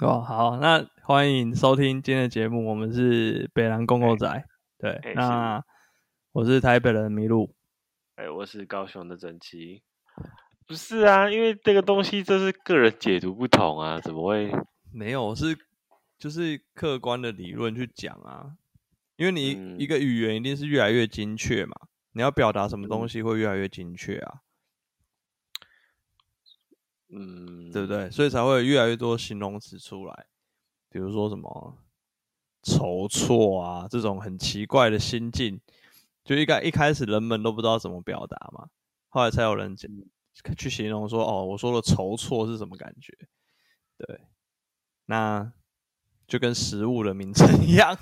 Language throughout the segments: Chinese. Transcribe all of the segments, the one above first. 哦，好，那欢迎收听今天的节目，我们是北南公狗仔，对，哎那我是台北人麋鹿，哎，我是高雄的整齐。不是啊，因为这个东西这是个人解读不同啊，怎么会？没有，我是就是客观的理论去讲啊，因为你嗯一个语言一定是越来越精确嘛，你要表达什么东西会越来越精确啊，嗯，对不对？所以才会有越来越多形容词出来，比如说什么筹措啊，这种很奇怪的心境，就一开一开始人们都不知道怎么表达嘛，后来才有人解嗯去形容说，哦，我说的筹措是什么感觉？对，那就跟食物的名称一样，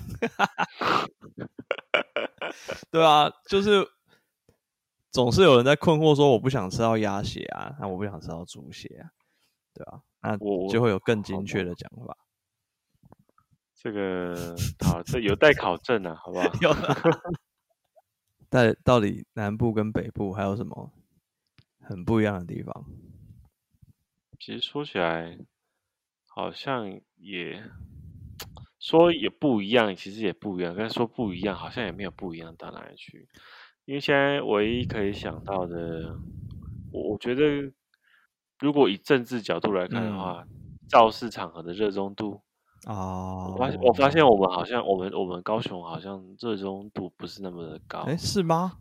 对啊，就是。总是有人在困惑说：“我不想吃到鸭血啊，那我不想吃到猪血啊。”对啊，那我就会有更好精吧确的讲法。 这个好，这有待考证啊，好不好？有但到底南部跟北部还有什么很不一样的地方？其实说起来，好像也说也不一样，其实也不一样。但是说不一样，好像也没有不一样到哪里去。因为现在唯一可以想到的，我我觉得，如果以政治角度来看的嗯话，造势场合的热衷度，哦，我发现我发现我们好像我们我们高雄好像热衷度不是那么的高。哎，是吗？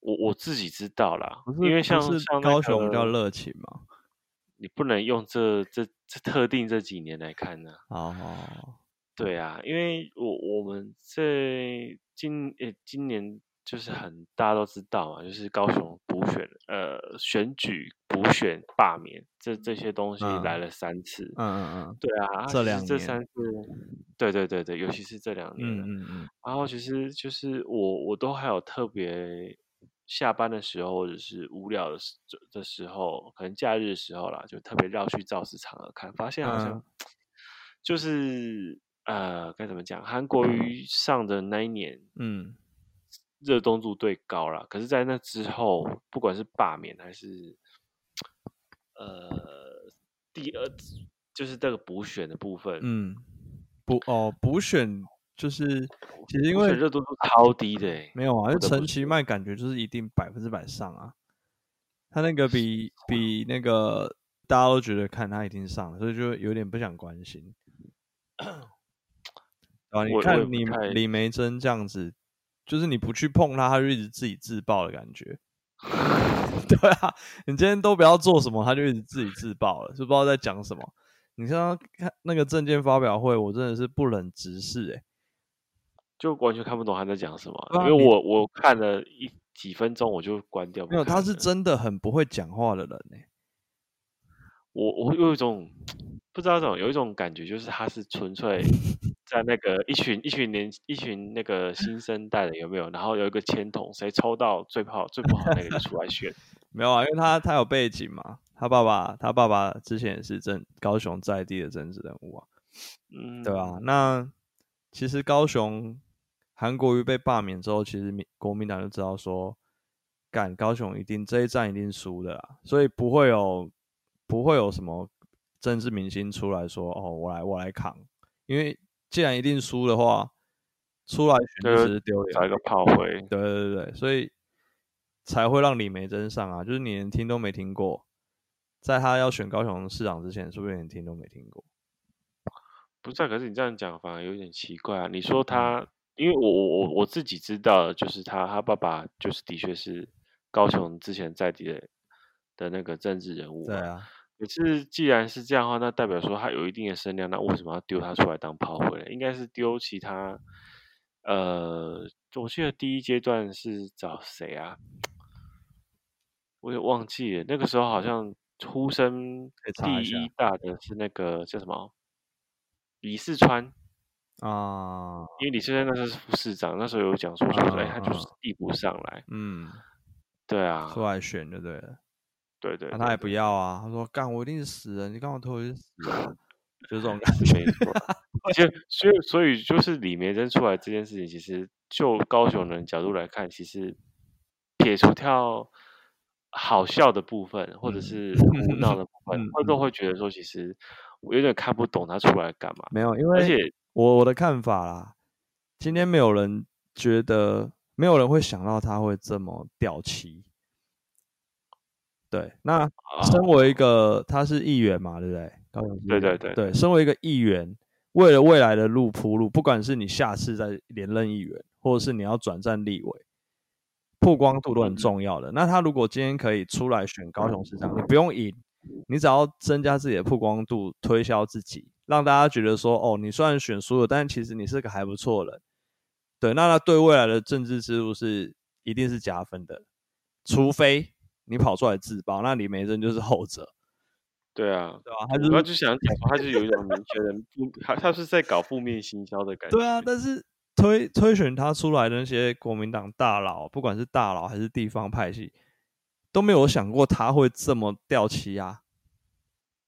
我我自己知道啦不，是，因为不像是像那高雄比较个热情嘛。你不能用这这这特定这几年来看呢、哦，对啊，因为我我们这今呃今年就是很大家都知道嘛，就是高雄补选呃选举补选罢免这这些东西来嗯了三次。嗯嗯对啊，啊这其实两这年三次，对对对对，尤其是这两年啊，嗯嗯嗯然后其实就是我我都还有特别下班的时候，或者是无聊的时的时候，可能假日的时候啦，就特别绕去造市场合看，发现好像、嗯就是呃该怎么讲，韩国瑜上的那一年嗯热衷度最高啦，可是，在那之后，不管是罢免还是呃第二就是这个补选的部分，嗯，补哦补选就是其实因补选为热度度超低的、欸，没有啊，不就得不陈其迈感觉就是一定百分之百上啊。他那个比啊比那个大家都觉得看他一定上了，所以就有点不想关 心。啊，你我我也看不李太李梅珍这样子，就是你不去碰他，他就一直自己自爆的感觉。 对啊，你今天都不要做什么，他就一直自己自爆了，就不知道在讲什么。你看他看那个证件发表会，我真的是不忍直视哎、就完全看不懂他在讲什么对啊，啊因你为我我看了一几分钟我就关掉。不没有，他看 是了真的很不会讲话的人哎、我我有一种不知道怎么有一种感觉，就是他是纯 粹在那个一群一群年一群那个新生代的有没有？然后有一个签筒，谁抽到最不好最不好那个就出来 选。没有啊，因为他他有背景嘛，他爸爸他爸爸之前也是政高雄在地的政治人物啊，嗯，对啊，那其实高雄韩国瑜被罢免之后，其实民国民党就知道说，干高雄一定这一战一定输的啦，所以不会有不会有什么政治明星出来说哦，我来我来扛，因为既然一定输的话，出来选就就只是丢脸找一个炮灰。对对对对，所以才会让李梅珍上啊，就是你连听都没听过，在他要选高雄市长之前，说不定连听都没听过。不是、啊，可是你这样讲反而有点奇怪啊。你说他，因为我我我我自己知道的就是他他爸爸就是的确是高雄之前在地的的那个政治人物对嘛。啊，可是既然是这样的话，那代表说他有一定的声量，那为什么要丢他出来当炮灰呢？应该是丢其他，呃，我记得第一阶段是找谁啊？我也忘记了，那个时候好像呼声可以查第一下一大的是那个叫什么李四川，啊，因为李四川那时候是副市长，那时候有讲说说，哎、他就是嗯递不上来，嗯，对啊，出来选就对了。对对那对他也不对要啊，他说干我一定是死人，你干我头我就死了， 就这种感是没觉。错啦。就所以所以就是李梅珍出来这件事情，其实就高雄人角度来看，其实撇除掉好笑的部分，或者嗯是胡闹的部分嗯，他都会觉得说，其实我有点看不懂他出来干嘛。没有，因而为且我我的看法啦，今天没有人觉得，没有人会想到他会这么掉漆。对，那啊，身为一个他是议员嘛，对不对？高雄市议对对员对对，身为一个议员，为了未来的路铺路，不管是你下次再连任议员，或者是你要转战立委，曝光度都很嗯重要的。那他如果今天可以出来选高雄市长，你不用赢，你只要增加自己的曝光度，推销自己，让大家觉得说，哦，你虽然选输了，但其实你是个还不错的人。对，那他对未来的政治之路是一定是加分的，除非你跑出来自爆，那李梅珍就是后者，对啊，对吧、他就我是就想讲说，他就有一种明确的负，他他是在搞负面行销的感觉。对啊，但是推推选他出来的那些国民党大佬，不管是大佬还是地方派系，都没有想过他会这么掉漆啊。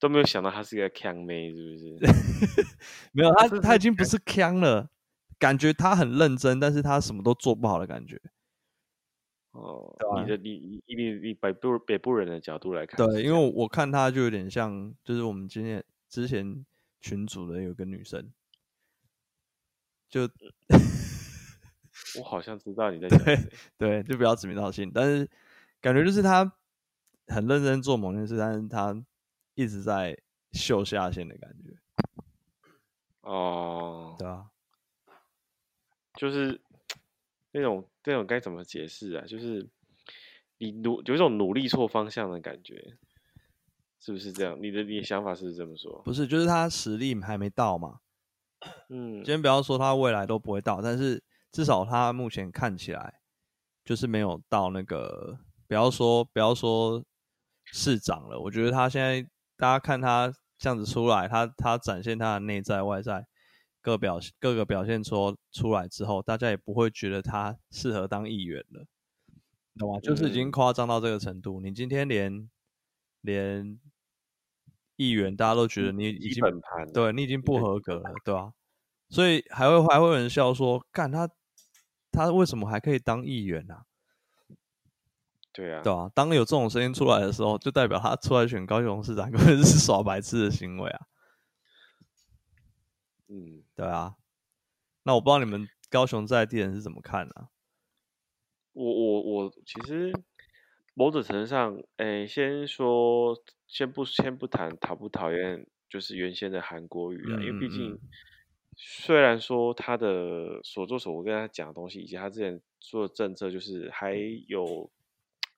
都没有想到他是一个 can 妹，是不是？ 没有，他这他是已经不是腔了，感觉他很认真，但是他什么都做不好的感觉。哦对，啊你的你你你你北部北部人的角度来看是这对，样，因为我看他就有点像，就是我们今天之前群组的有个女生，就我好像知道你在讲对谁。对，就不要指名道姓，但是感觉就是他很认真做某件事，但是他一直在秀下限的感觉，哦，对啊，就是那种那种该怎么解释啊？就是你努有一种努力错方向的感觉，是不是这样？你的你的想法是不是这么说？不是，就是他实力还没到嘛。嗯今，天不要说他未来都不会到，但是至少他目前看起来就是没有到那个，不要说不要说市长了，我觉得他现在大家看他这样子出来，他他展现他的内在外在各表各个表现出出来之后，大家也不会觉得他适合当议员了，懂吗？就是已经嗯夸张到这个程度，你今天连连议员大家都觉得你已基经本盘对你已经不对合格了，对吧、所以还会还会有人笑说，干他他为什么还可以当议员啊？对啊，对吧、当有这种声音出来的时候，就代表他出来选高雄市长 根本是耍白痴的行为啊，嗯，对啊。那我不知道你们高雄在地人是怎么看的、啊？我我我其实某种程度上，诶，先说先不先不谈讨不讨厌，就是原先的韩国语啊，因为嗯毕嗯竟嗯虽然说他的所作所为跟他讲的东西，以及他之前做的政策，就是还有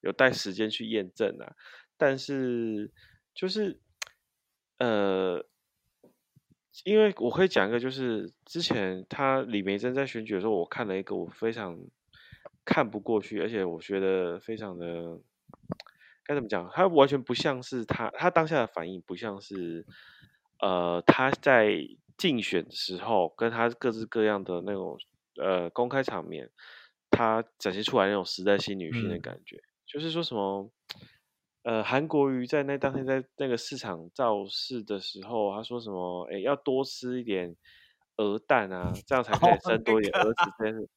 有待时间去验证啊，但是就是呃。因为我可以讲一个，就是之前他李梅珍在选举的时候，我看了一个我非常看不过去，而且我觉得非常的该怎么讲，他完全不像是他，他当下的反应不像是呃他在竞选的时候跟他各式各样的那种呃公开场面，他展现出来那种时代新女性的嗯感觉，就是说什么。呃，韩国瑜在那当天在那个市场造势的时候，他说什么？哎，要多吃一点鹅蛋啊，这样才可以哦生那多一点鹅子这件事。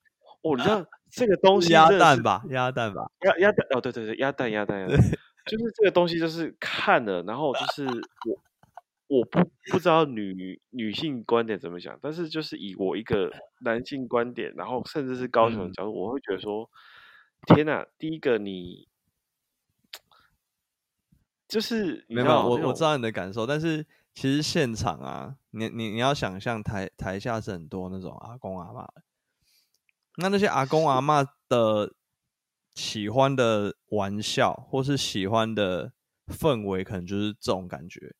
哦，你 知道这个东西鸭真的蛋是吧，鸭蛋吧，鸭鸭蛋哦，对对对，鸭蛋鸭蛋，鸭蛋就是这个东西，就是看了，然后就是我我不不知道女女性观点怎么想，但是就是以我一个男性观点，然后甚至是高雄的嗯角度，我会觉得说，天呐，第一个你就是你没有，没有啊知道那我我种知道你的感受，但是其实现场啊，你你你要想象台台下是很多那种阿公阿妈的，那那些阿公 阿妈的喜欢的玩笑或是喜欢的氛围，可能就是这种感觉。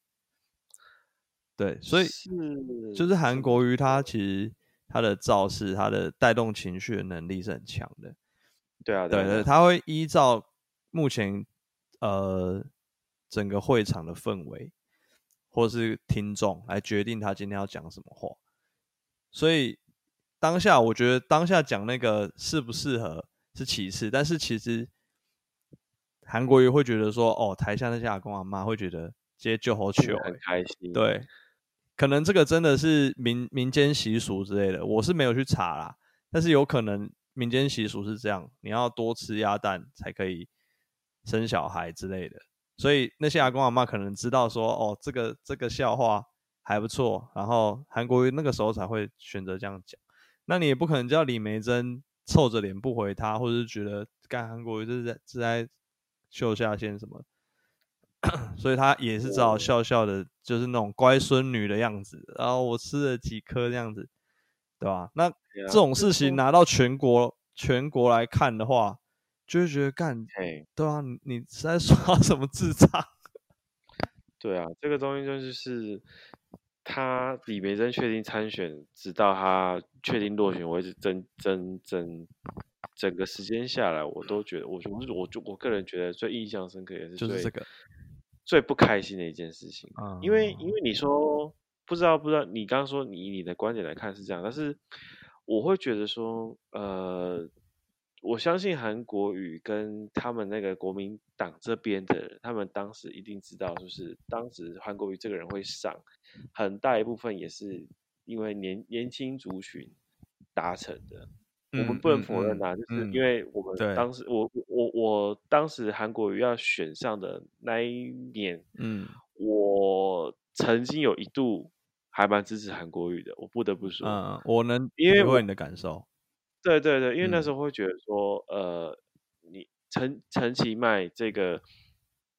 对，所以是就是韩怎国么瑜他说其实他的造势、他的带动情绪的能力是很强的。对啊对啊对，啊他会依照目前呃整个会场的氛围，或是听众来决定他今天要讲什么话。所以当下我觉得当下讲那个适不适合是其次，但是其实韩国瑜会觉得说，哦，台下那些阿公阿妈会觉得接救猴球、欸很，开心，对，可能这个真的是民民间习俗之类的，我是没有去查啦，但是有可能民间习俗是这样，你要多吃鸭蛋才可以生小孩之类的，所以那些阿公阿妈可能知道说，哦，这个这个笑话还不错，然后韩国瑜那个时候才会选择这样讲。那你也不可能叫李梅珍臭着脸不回他，或者是觉得干韩国瑜这是在是在秀下限什么 的所以他也是只哦好笑笑的，就是那种乖孙女的样子。然后我吃了几颗这样子，对吧？那对啊这种事情拿到全国全国来看的话，就会觉得干嘿，对啊，你你是在耍什么智障？对啊，这个东西就是他李梅珍确定参选，直到他确定落选为止，整整整整个时间下来，我都觉得，我我我我个人觉得最印象深刻也是就最是这个，最不开心的一件事情。嗯，因为因为你说不知道不知道，你刚刚说你以你的观点来看是这样，但是我会觉得说，呃，我相信韩国语跟他们那个国民党这边的人，他们当时一定知道，就是当时韩国语这个人会上，很大一部分也是因为年年轻族群达成的。我们嗯不能嗯否认嗯啊呐、就是嗯因为我们对当时，我我我当时韩国瑜要选上的那一年，嗯我曾经有一度还蛮支持韩国语的，我不得不说，嗯，我能因为体我会你的感受，对对对，因为那嗯时候会觉得说，呃，你陈陈其迈这个，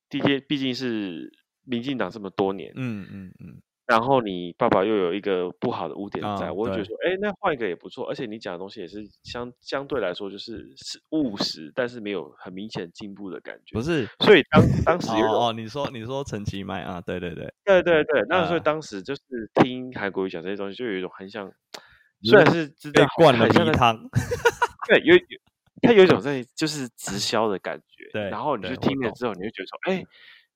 毕竟毕竟是民进党这么多年，嗯嗯嗯，然后你爸爸又有一个不好的污点在，啊我会觉对得说，哎，那换一个也不错，而且你讲的东西也是相相对来说就是是务实，但是没有很明显进步的感觉不，是，所以当当时有一种哦哦，你说你说陈其迈啊，对对对，对对对，那所以呃当时就是听韩国语讲这些东西，就有一种很像，就虽然是是知被道灌了很像迷在汤，对，有有它有 一种在就是直销的感觉，对然后你对就我听了懂之后，你就觉得说，哎，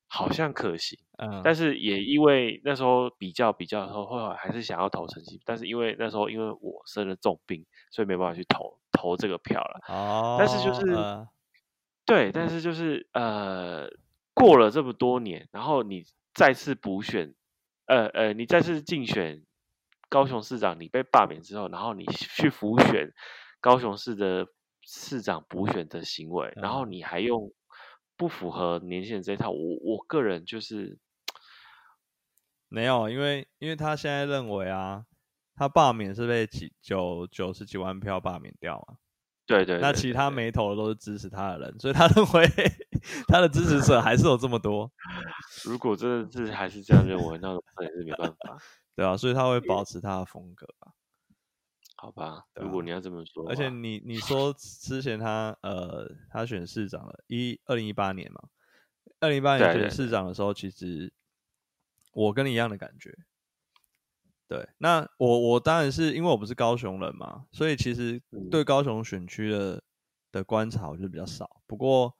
好像可行，嗯，但是也因为那时候比较比较的时候，后来还是想要投陈曦，但是因为那时候因为我生了重病，所以没办法去投投这个票了。哦，但是就是呃对，但是就是呃，过了这么多年，然后你再次补选，呃呃，你再次竞选高雄市长，你被罢免之后，然后你去辅选高雄市的市长补选的行为，然后嗯你还用不符合年轻人这一套，我我个人就是没有，因为因为他现在认为啊，他罢免是被几九九十几万票罢免掉嘛，对对那对其对他对没投的都是支持他的人，所以他认为 他的支持者还是有这么多，如果真的是还是这样认为，那那也是没办法，对吧、所以他会保持他的风格啊。好吧？对如果啊你要这么说的话，而且你你说之前他呃他选市长了，一二零一八年嘛，二零一八年对选对对市长的时候，其实我跟你一样的感觉。对，那我我当然是因为我不是高雄人嘛，所以其实嗯对高雄选区的的观察我就比较少。不过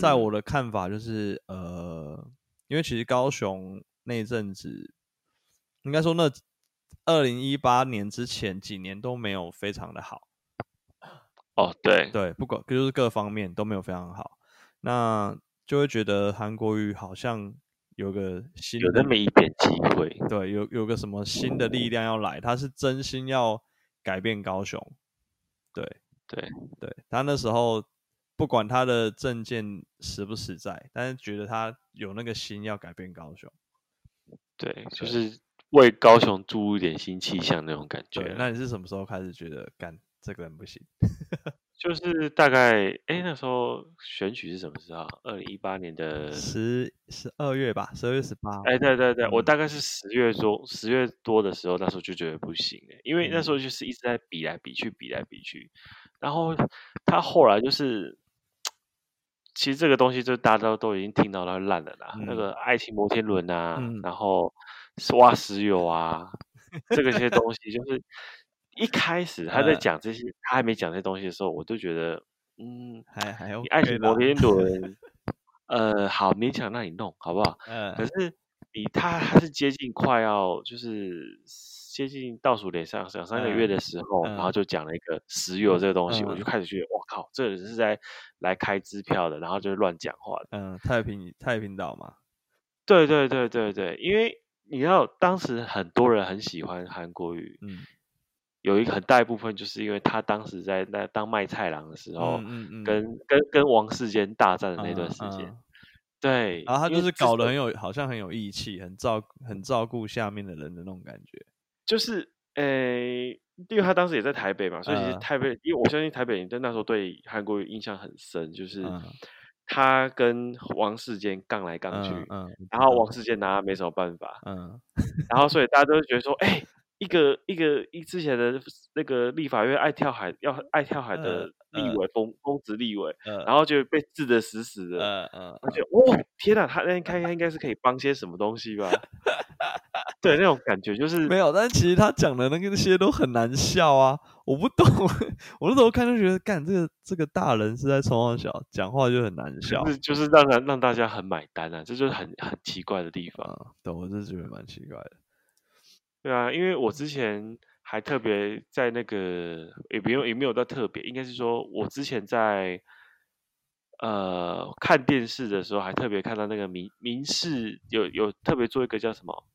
在嗯我的看法就是，呃，因为其实高雄那一阵子，应该说那二零一八年之前几年都没有非常的好。哦，对，对，不管就是各方面都没有非常好，那就会觉得韩国瑜好像有个新有的那么一点机会，对，有有个什么新的力量要来，他是真心要改变高雄。对对对，他那时候不管他的证件实不实在，但是觉得他有那个心要改变高雄。对，就是为高雄注入一点新气象那种感觉对，啦。那你是什么时候开始觉得干这个人不行？就是大概哎，那时候选举是什么时候？啊二零一八年的，十十二月吧，十二月十八。哎，对对对，我嗯大概是十月多，十月多的时候，那时候就觉得不行了，因为那嗯时候就是一直在比来比去，比来比去，然后他后来就是。其实这个东西就大家都都已经听到它烂了啦，那嗯个爱情摩天轮啊，嗯然后挖石油啊，这个些东西，就是一开始他在呃讲这些，他还没讲这些东西的时候，我就觉得，嗯，还还 OK 你爱情摩啦天 轮，呃，好勉强让你弄，好不好？呃可是你他他是接近快要就是接近倒数连上两三个月嗯的时候，然后嗯就讲了一个石油这个东西，我就嗯开始觉得，我靠，这个人是在来开支票的，然后就乱讲话的。嗯，太平太平岛嘛，对对对对对，因为你知道当时很多人很喜欢韩国语，嗯，有一个很大一部分就是因为他当时在那当卖菜郎的时候，嗯嗯嗯，跟跟跟王世坚大战的那嗯段时间，嗯对，然后他因就为是这搞得很种，有，好像很有义气，很照很照顾下面的人的那种感觉。就是诶、因为他当时也在台北嘛，所以其实嗯台北，因为我相信台北人在那时候对韩国瑜印象很深，就是嗯他跟王世坚杠来杠去嗯，嗯，我然知后道王世坚拿他没什么办法，嗯然后所以大家都会觉得说，哎、一个一个一之前的那个立法院爱跳海要爱跳海呃的立呃委公公职立委，呃然后就被治得死死的，呃呃，而且哦，天哪，他那应该应该是可以帮些什么东西 吧？对，那种感觉就是没有，但其实他讲的那个那些都很难笑啊，我不懂， 我那时候看就觉得，干这个这个大人是在冲小，讲话就很难笑就。是就是让人让大家很买单啊，这就是很很奇怪的地方。啊，对，我是觉得蛮奇怪的。对啊，因为我之前还特别在那个也不用也没有到特别，应该是说我之前在呃看电视的时候，还特别看到那个民民视有有特别做一个叫什么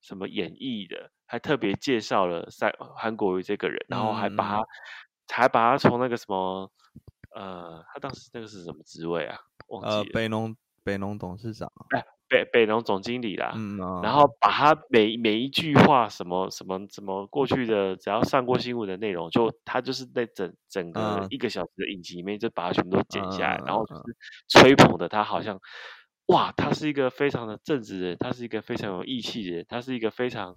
什么演绎的，还特别介绍了三韩国瑜这个人，然后还把他、嗯还把他从那个什么呃，他当时那个是什么职位啊？忘呃，记了，北农北农董事长啊，北北农总经理啦。嗯啊，然后把他每每一句话什么什么什么过去的只要上过新闻的内容，就他就是在整整个嗯一个小时的影集里面就把它全部都剪下来，然后就嗯嗯嗯是吹捧的他好像哇，他是一个非常的正直的人，他是一个非常有义气的人，他是一个非常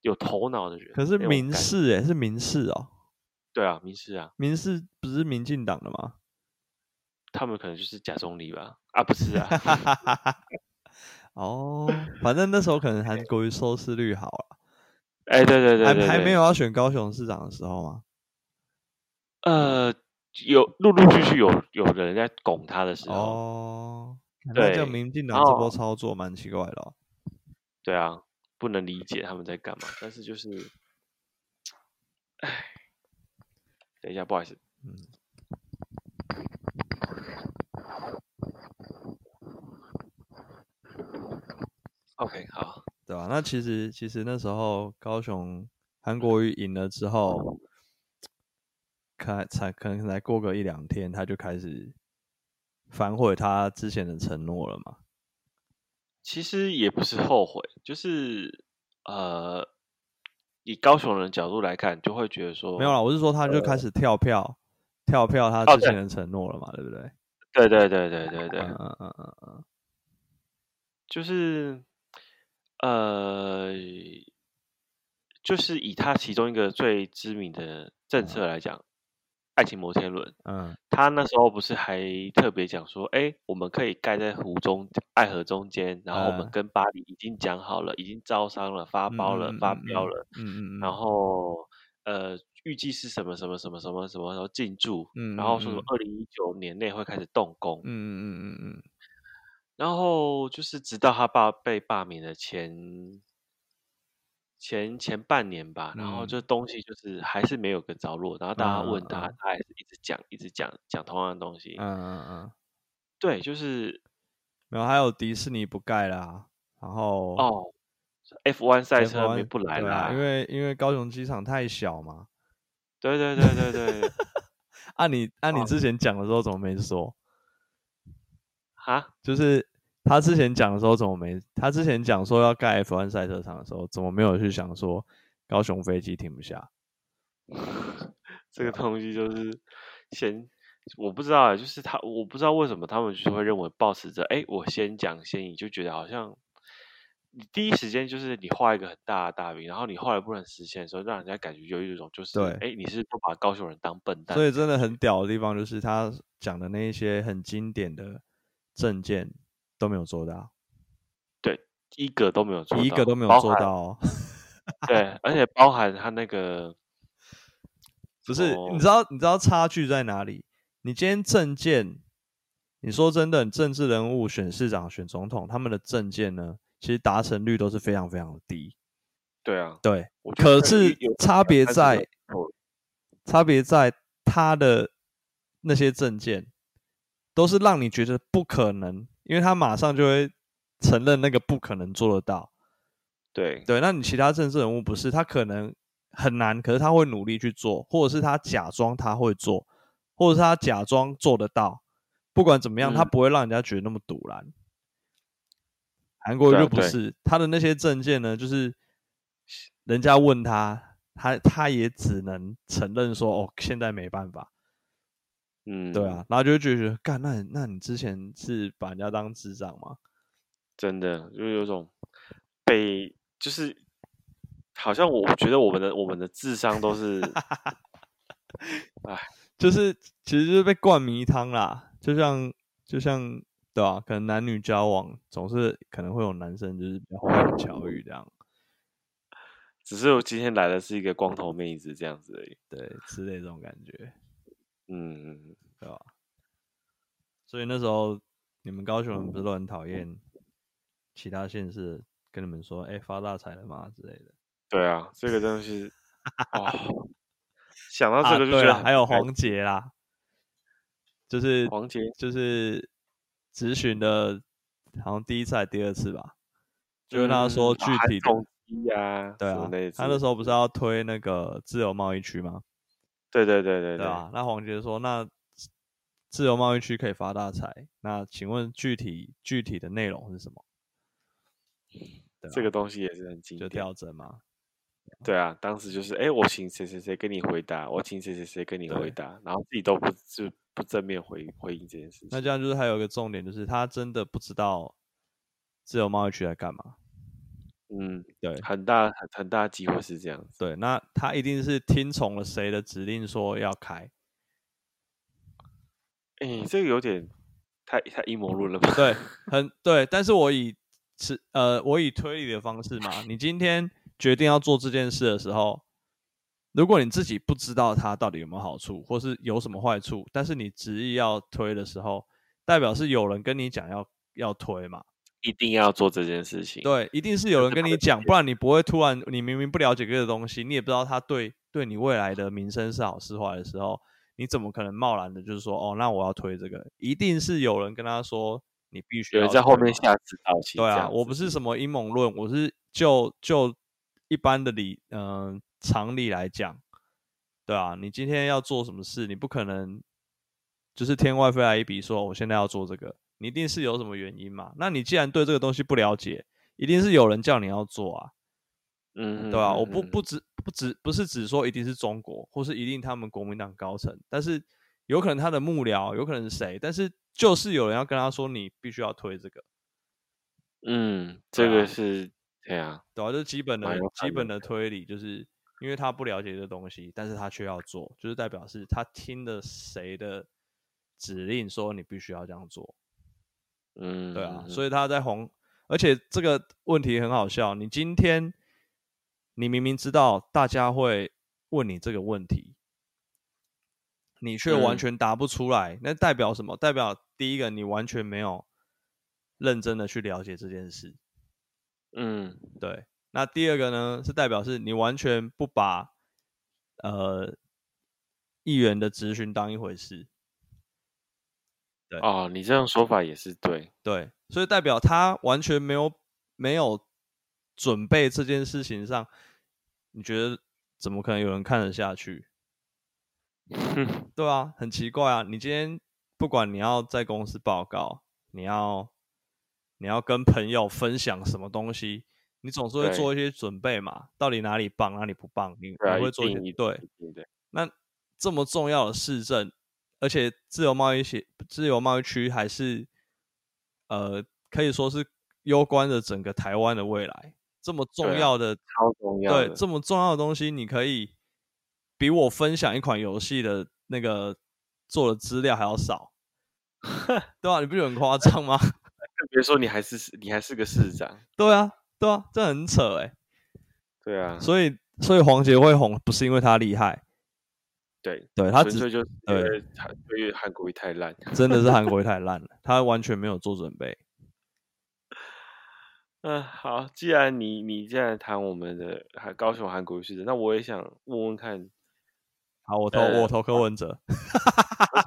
有头脑的人。可是那种民感事哎、是民事哦，对啊，民视啊，民事不是民进党的吗？，他们可能就是假中立吧？啊，不是啊 哈哈哈哈。哦，反正那时候可能韩国瑜收视率好了，哎，对对对对对，还还没有要选高雄市长的时候吗？呃，有陆陆续续有有人在拱他的时候，哦，那这样对哦民进然党这波后操作蛮奇怪的、哦。对啊，不能理解他们在干嘛，但是就是，唉，等一下，不好意思，，OK，好，对吧、那其实其实那时候高雄韩国瑜赢了之后，开才可能才过个一两天，他就开始反悔他之前的承诺了嘛。其实也不是后悔，就是呃，以高雄人的角度来看，就会觉得说，没有啦，我是说他就开始跳票，跳票他哦之对前的承诺了嘛，对不对？对对对对对 对，嗯嗯嗯嗯嗯，就是呃，就是以他其中一个最知名的政策来讲，爱情摩天轮。嗯他那时候不是还特别讲说，哎，我们可以盖在湖中爱河中间，然后我嗯们跟巴黎已经讲好了，已经招商了，发嗯包了，嗯发嗯标嗯了，嗯嗯嗯，然后呃，预计是什么什么什么什么什么时候进驻，嗯然后说嗯什么二零一九年内会开始动工，嗯嗯嗯嗯嗯然后就是直到他罢被罢免的前前前半年吧，然后这东西就是还是没有个着落，然后大家问嗯他，嗯他还是一直讲一直讲讲同样的东西，嗯嗯嗯，对，就是然后还有迪士尼不盖啦，然后哦，F1 赛车没 F1 不来对啊啦，哦因为因为高雄机场太小嘛。对对对对对按你按你哦之前讲的时候怎么没说？哈，就是他之前讲的时候怎么没？他之前讲说要盖 F1 赛车场的时候，怎么没有去想说高雄飞机停不下？这啊个东西就是先。我不知道啊，就是他，我不知道为什么他们就会认为抱持着，哎，我先讲先赢，就觉得好像你第一时间就是你画一个很大的大饼，然后你后来不能实现的时候，让人家感觉有一种就是对，哎，你是不把高雄人当笨蛋，所以真的很屌的地方就是他讲的那一些很经典的证件都没有做到，一个都没有做到，一个都没有包做含到、哦。对，而且包含他那个不什是，么你知道你知道差距在哪里？你今天证件，你说真的，政治人物选市长、选总统，他们的证件呢，其实达成率都是非常非常的低。对啊，对，我觉得可是有差别但是有在有差别在他的那些证件，都是让你觉得不可能，因为他马上就会承认那个不可能做得到。对对，那你其他政治人物不是他可能很难，可是他会努力去做，或者是他假装他会做，或者是他假装做得到。不管怎么样，他嗯不会让人家觉得那么堵然。韩国瑜对啊就不对是，他的那些证件呢，就是人家问他，他他也只能承认说，哦，现在没办法，嗯，对啊，，然后就会觉得，干，那你那你之前是把人家当智障吗？真的就有种被，就是好像我觉得我们的我们的智商 都是就是其实就是被灌迷汤啦，就像就像对吧、可能男女交往总是可能会有男生就是比较花言巧语这样，只是我今天来的是一个光头妹子这样子而已。对之类这种感觉，嗯，对吧、所以那时候你们高雄人不是都很讨厌其他县市跟你们说，哎、发大财了吗之类的。对啊，这个东西，哦，想到啊，这个就觉对得了，很还有开黄杰啦，就是黄杰就是咨询的，好像第一次还第二次吧，就跟他嗯说具啊体的，统一呀，对什么啊类，他似那时候不是要推那个自由贸易区吗？对对对对对啊，那黄杰说，那自由贸易区可以发大财，那请问具体具体的内容是什么？对这啊个东西也是很经就典。调整嘛，对啊，当时就是，哎，我请谁谁谁跟你回答，我请谁谁谁跟你对回答，然后自己都不就不正面回回应这件事那情。这样就是还有一个重点，就是他真的不知道自由贸易区在干嘛。嗯，对很大很很大机会是这样子。对，那他一定是听从了谁的指令说要开。哎，这个有点太太阴谋论了吧？嗯对，很对，但是我以是呃，我以推理的方式嘛，你今天决定要做这件事的时候，如果你自己不知道它到底有没有好处，或是有什么坏处，但是你执意要推的时候，代表是有人跟你讲要要推嘛，一定要做这件事情。对，一定是有人跟你讲，不然你不会突然，你明明不了解这个东西，你也不知道它对对你未来的名声是好是坏的时候，你怎么可能贸然的就是说，哦，那我要推这个？一定是有人跟他说，你必须有人要在后推面嘛下指导棋。对这啊，样我子嗯不是什么阴谋论，我是就就一般的理，嗯、常理来讲，对啊，你今天要做什么事，你不可能就是天外飞来一笔说我现在要做这个，你一定是有什么原因嘛。那你既然对这个东西不了解，一定是有人叫你要做啊，嗯，对啊，嗯我不嗯不只不只不是只说一定是中国，或是一定他们国民党高层，但是有可能他的幕僚，有可能是谁，但是就是有人要跟他说你必须要推这个。嗯，对这啊个是对啊，对啊，就是基本的蛮有基感本的的推理，就是因为他不了解这东西，但是他却要做，就是代表是他听了谁的指令说你必须要这样做，嗯，对啊，所以以他在红，而且这个问题很好笑，你今天你明明知道大家会问你这个问题，你却完嗯全答不出来，那代表什么？代表第一个你完全没有认真的去了解这件事，嗯，对，那第二个呢，是代表是你完全不把呃议员的咨询当一回事，对哦，你这样说法也是对， 对，所以代表他完全没有没有准备这件事情上，你觉得怎么可能有人看得下去？对啊，很奇怪啊！你今天不管你要在公司报告，你要你要跟朋友分享什么东西，你总是会对做一些准备嘛，到底哪里棒哪里不棒，你对啊，你会一做一些定一对。定的，那这么重要的市政，而且自由贸易协自由贸易区还是呃可以说是攸关着整个台湾的未来。这么重对啊要的、超重要对的这么重要的东西，你可以比我分享一款游戏的那个做的资料还要 少，对啊吧、你不觉得很夸张吗？ 更别说你还是你还是个市长，对啊，对啊，这很扯哎、对啊，所以，所以黄杰会红，不是因为他厉害，对，对他纯只粹就是因对为韩因为韩国语太烂，真 的是韩国瑜太烂了，他完全没有做准备。嗯，好，既然你你既然谈我们的韩高雄韩国语市政，那我也想问问看，好，我投、我呃投柯文哲，不是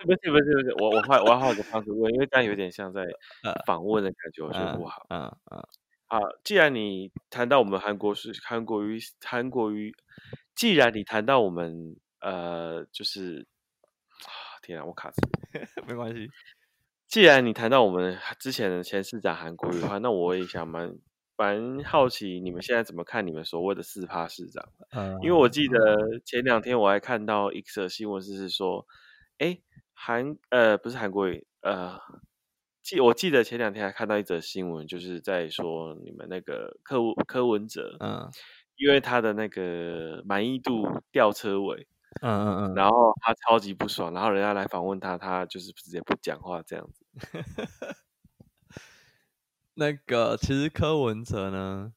不是不是不是，我我换我要换个方式问，因为这样有点像在 呃访问的感觉，我觉得不好。嗯嗯，好，既然你谈到我们韩国是韩国瑜，韩国瑜，既然你谈到我们呃，就是，啊天啊，我卡住了。没关系，既然你谈到我们之前的前市长韩国瑜的话，那我也想蛮蛮好奇你们现在怎么看你们所谓的四趴市长？呃，因为我记得前两天我还看到一则新闻，是说，哎，韩呃不是韩国瑜，呃，记我记得前两天还看到一则新闻，就是在说你们那个柯文柯文哲，嗯因为他的那个满意度吊车尾，嗯嗯嗯，然后他超级不爽，然后人家来访问他，他就是直接不讲话这样子。那个其实柯文哲呢，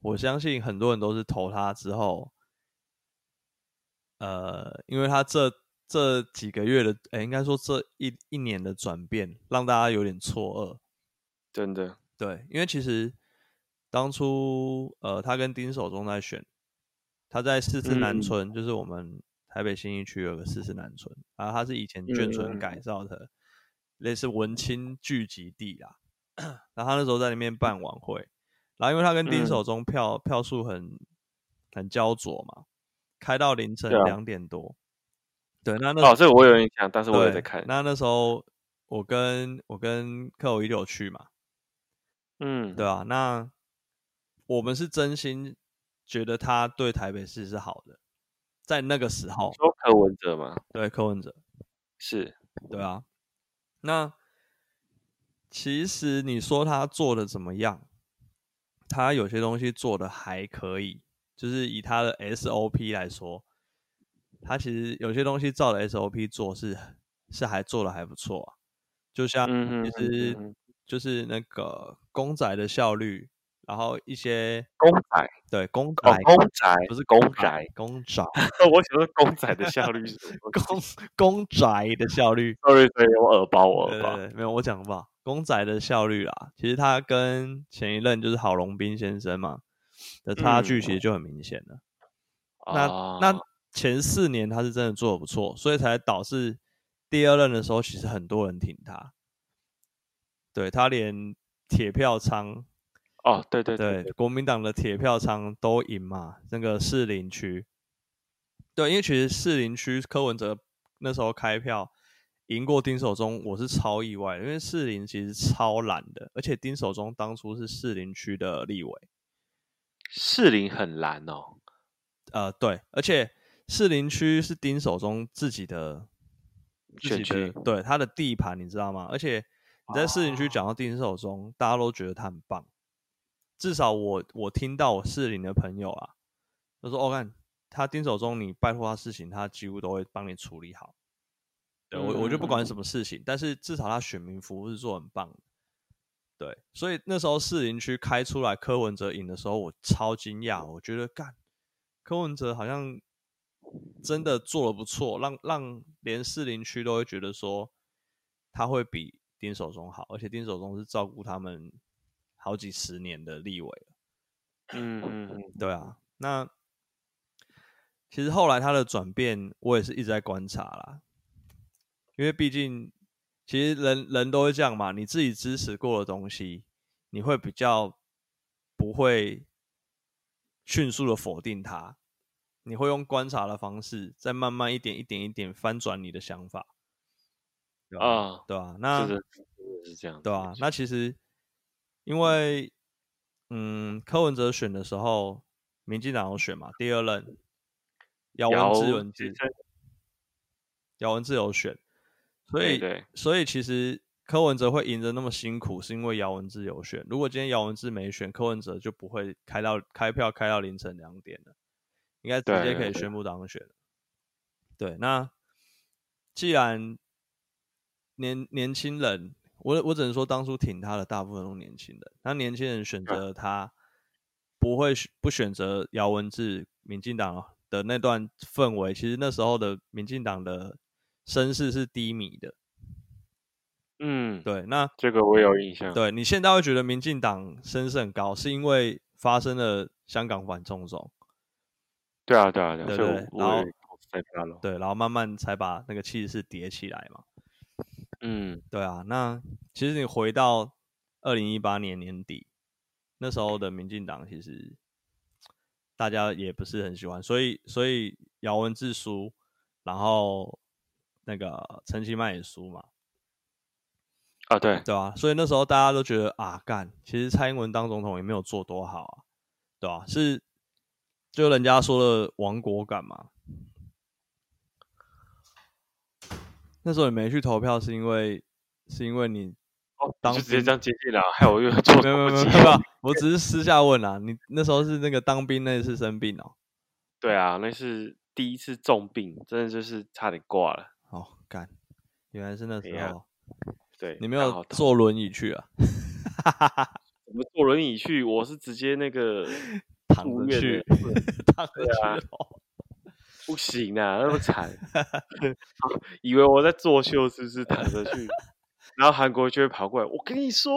我相信很多人都是投他之后，呃，因为他这这几个月的，哎，应该说这一一年的转变，让大家有点错愕。真的，对，因为其实当初呃，他跟丁守中在选，他在四四南嗯村，就是我们台北新一区有个四四南村，然后它是以前眷村嗯改造的，类似文青聚集地啦。 然后他那时候在里面办晚会，然后因为他跟丁嗯守中票、票数很很焦灼嘛，开到凌晨对啊两点多。对，那那哦，这个我有印象，但是我对，也在看。那那时候我跟我跟克友一六去嘛，嗯，对啊，那我们是真心觉得他对台北市是好的，在那个嗯时候，说柯文哲嘛，对柯文哲，是，对啊，那其实你说他做的怎么样？他有些东西做的还可以，就是以他的 SOP 来说，他其实有些东西照着 SOP 做是是还做的还不错啊，就像嗯哼其哼实嗯哼就是那个公仔的效率，然后一些公仔对公仔、哦，公仔不是公公仔，公仔我想说公仔的效率是什么公公仔的效率， ？Sorry，sorry，我耳包，我对耳对包。对，没有我讲吧，公仔的效率啦，其实他跟前一任就是郝龙斌先生嘛的差距，嗯其实就很明显了。哦那那前四年他是真的做的不错，所以才导致第二任的时候，其实很多人挺他，对他连铁票仓哦，对对对，国民党的铁票仓都赢嘛，那个士林区，对，因为其实士林区柯文哲那时候开票赢过丁守中，我是超意外的，因为士林其实超懒的，而且丁守中当初是士林区的立委，士林很蓝哦，呃，对，而且士林区是丁守中自己的自选己的区对他的地盘，你知道吗？而且你在士林区哦讲到丁守中，大家都觉得他很棒，至少我我听到我士林的朋友啊，他说：“哦，看他丁守中，你拜托他事情，他几乎都会帮你处理好。对我我就不管什么事情，但是至少他选民服务是做得很棒的。对，所以那时候士林区开出来柯文哲赢的时候，我超惊讶，我觉得干柯文哲好像真的做的不错，让让连士林区都会觉得说他会比丁守中好，而且丁守中是照顾他们好几十年的立委了嗯嗯嗯，对啊，那其实后来他的转变，我也是一直在观察啦，因为毕竟其实人人都会这样嘛，你自己支持过的东西，你会比较不会迅速的否定它，你会用观察的方式，再慢慢一点一点一点翻转你的想法，对吧、啊，对啊，那是的，真的是这样子，对啊，那其实因为嗯，柯文哲选的时候，民进党有选嘛，第二任姚文姚智、文先智、生姚文智有选，所对以对所以其实柯文哲会赢得那么辛苦，是因为姚文智有选。如果今天姚文智没选，柯文哲就不会开到开票开到凌晨两点了，应该直对接对可以对宣布当选了。对，那既然年年轻人，我我只能说，当初挺他的大部分都是年轻人。那年轻人选择他，不会选不选择姚文智、民进党的那段氛围。其实那时候的民进党的声势是低迷的。嗯，对，那这个我有印象，对你现在会觉得民进党声势很高，是因为发生了香港反送中，对啊对啊对啊，对所以对我然我后有在发了，对，然后慢慢才把那个气势叠起来嘛。嗯，对啊，那其实你回到二零一八年年底，那时候的民进党其实大家也不是很喜欢，所以所以姚文智输，然后那个陈其迈也输嘛，啊，对，对吧、所以那时候大家都觉得啊，干，其实蔡英文当总统也没有做多好啊，对吧、是就人家说的亡国感嘛。那时候你没去投票，是因为是因为你 哦，当你就直接兵这样接近了，害我又 措没有手没有没不有及没。有，我只是私下问啊，你那时候是那个当兵那次生病哦，对啊，那是第一次重病，真的就是差点挂了。哦，干，原来是那时哎呀候对，你没刚有好躺坐轮椅去啊，我们坐轮椅去，我是直接那个 躺住着院去的，躺着对啊去哦。不行啊，那 么惨，以为我在作秀是不是？躺着去， 然后韩国就会跑过来，我跟你说，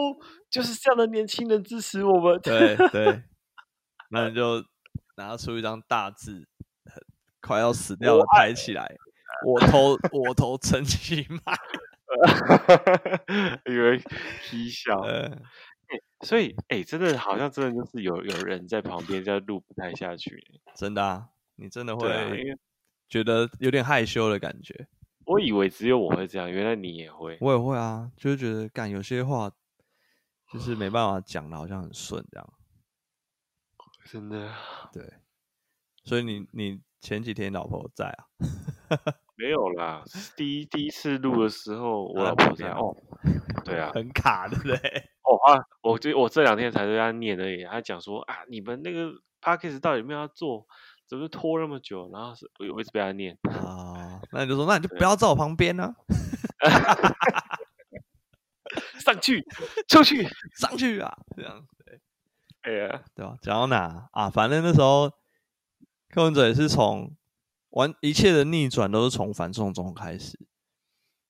就是这样的年轻人支持我们。 对对，那你就拿出一张大字，很快要死掉我了，拍起来。我投我投陈其迈，以为皮笑，呃，所以哎、真的好像真的就是有有人在旁边，这样录不太下去。欸 真的啊，你真的对啊，会因为觉得有点害羞的感觉。我以为只有我会这样，原来你也会。我也会啊，就是觉得干有些话就是没办法讲的，好像很顺这样。真的对，所以你你前几天老婆在啊？没有啦，是第一第一次录的时候，我啊老婆这这样样 哦，对啊，很卡，对不对？哦啊，我这我这两天才对他念而已，他讲说啊，你们那个 p a c k a g e 到底有没有要做？怎么拖那么久？然后是我我一直被他念，啊，那你就说，那你就不要在我旁边呢、上去出去，上去啊，这样。哎呀，对吧、讲到哪啊？反正那时候柯文哲也是从完一切的逆转都是从反送中开始。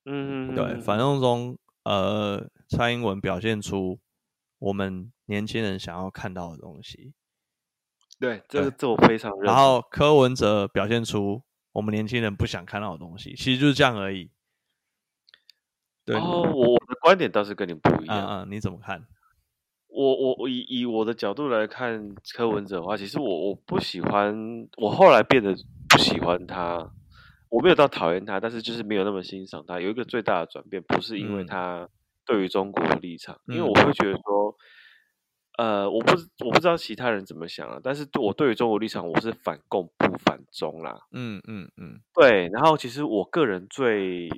嗯，对，反送中，呃，蔡英文表现出我们年轻人想要看到的东西，对，这对个这我非常认同。然后柯文哲表现出我们年轻人不想看到的东西，其实就是这样而已。对，哦，我我的观点倒是跟你不嗯一样。嗯，你怎么看？我我我以以我的角度来看嗯柯文哲的话，其实我我不喜欢，我后来变得不喜欢他，我没有到讨厌他，但是就是没有那么欣赏他。有一个最大的转变，不是因为嗯他对于中国的立场，因为嗯我会觉得说，呃，我不知我不知道其他人怎么想啊，但是对我对于中国立场，我是反共不反中啦。嗯嗯嗯对，然后其实我个人最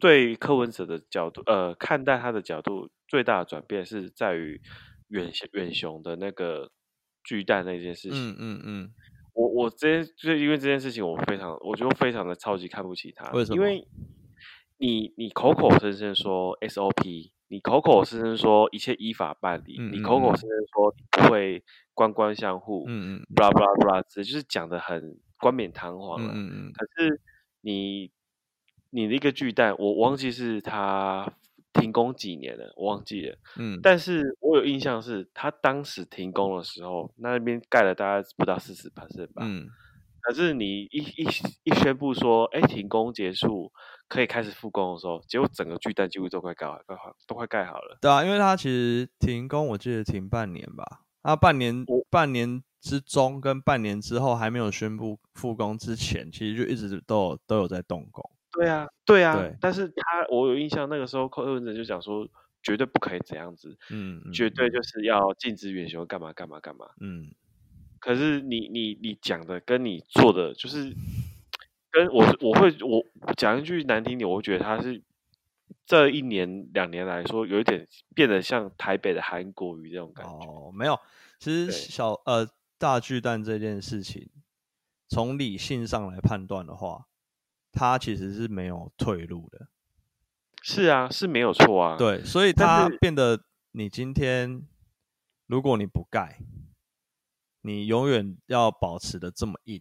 对柯文哲的角度，呃，看待他的角度最大的转变是在于远雄远雄的那个巨蛋那件事情。嗯嗯嗯，我我这件就因为这件事情，我非常我就非常的超级看不起他。为什因么为你你口口声声说 SOP，你口口声声说一切依法办理，嗯你嗯口口嗯声声说你不会官官相护，嗯嗯 blah blah blah，只就是讲的很冠冕堂皇嗯了、嗯嗯，可是你你的一个巨蛋，我忘记是它停工几年了，我忘记了。嗯，但是我有印象是，它当时停工的时候，那边盖了大概不到四十 p e 吧。嗯可是你一一一宣布说，哎，停工结束，可以开始复工的时候，结果整个巨蛋几乎都快盖好，快好都快盖好了。对啊，因为他其实停工，我记得停半年吧。他半年我半年之中跟半年之后还没有宣布复工之前，其实就一直都有都有在动工。对啊，对啊。对但是他，我有印象，那个时候柯文哲就讲说，绝对不可以怎样子，嗯，嗯绝对就是要禁止远雄干嘛干嘛干嘛。嗯可是你你你讲的跟你做的，就是跟我我会我讲一句难听点，我会觉得他是这一年两年来说，有一点变得像台北的韩国瑜这种感觉。哦，没有。其实对小呃大巨蛋这件事情，从理性上来判断的话，它其实是没有退路的。是啊，是没有错啊。对，所以但它是变得你今天如果你不盖，你永远要保持的这么硬，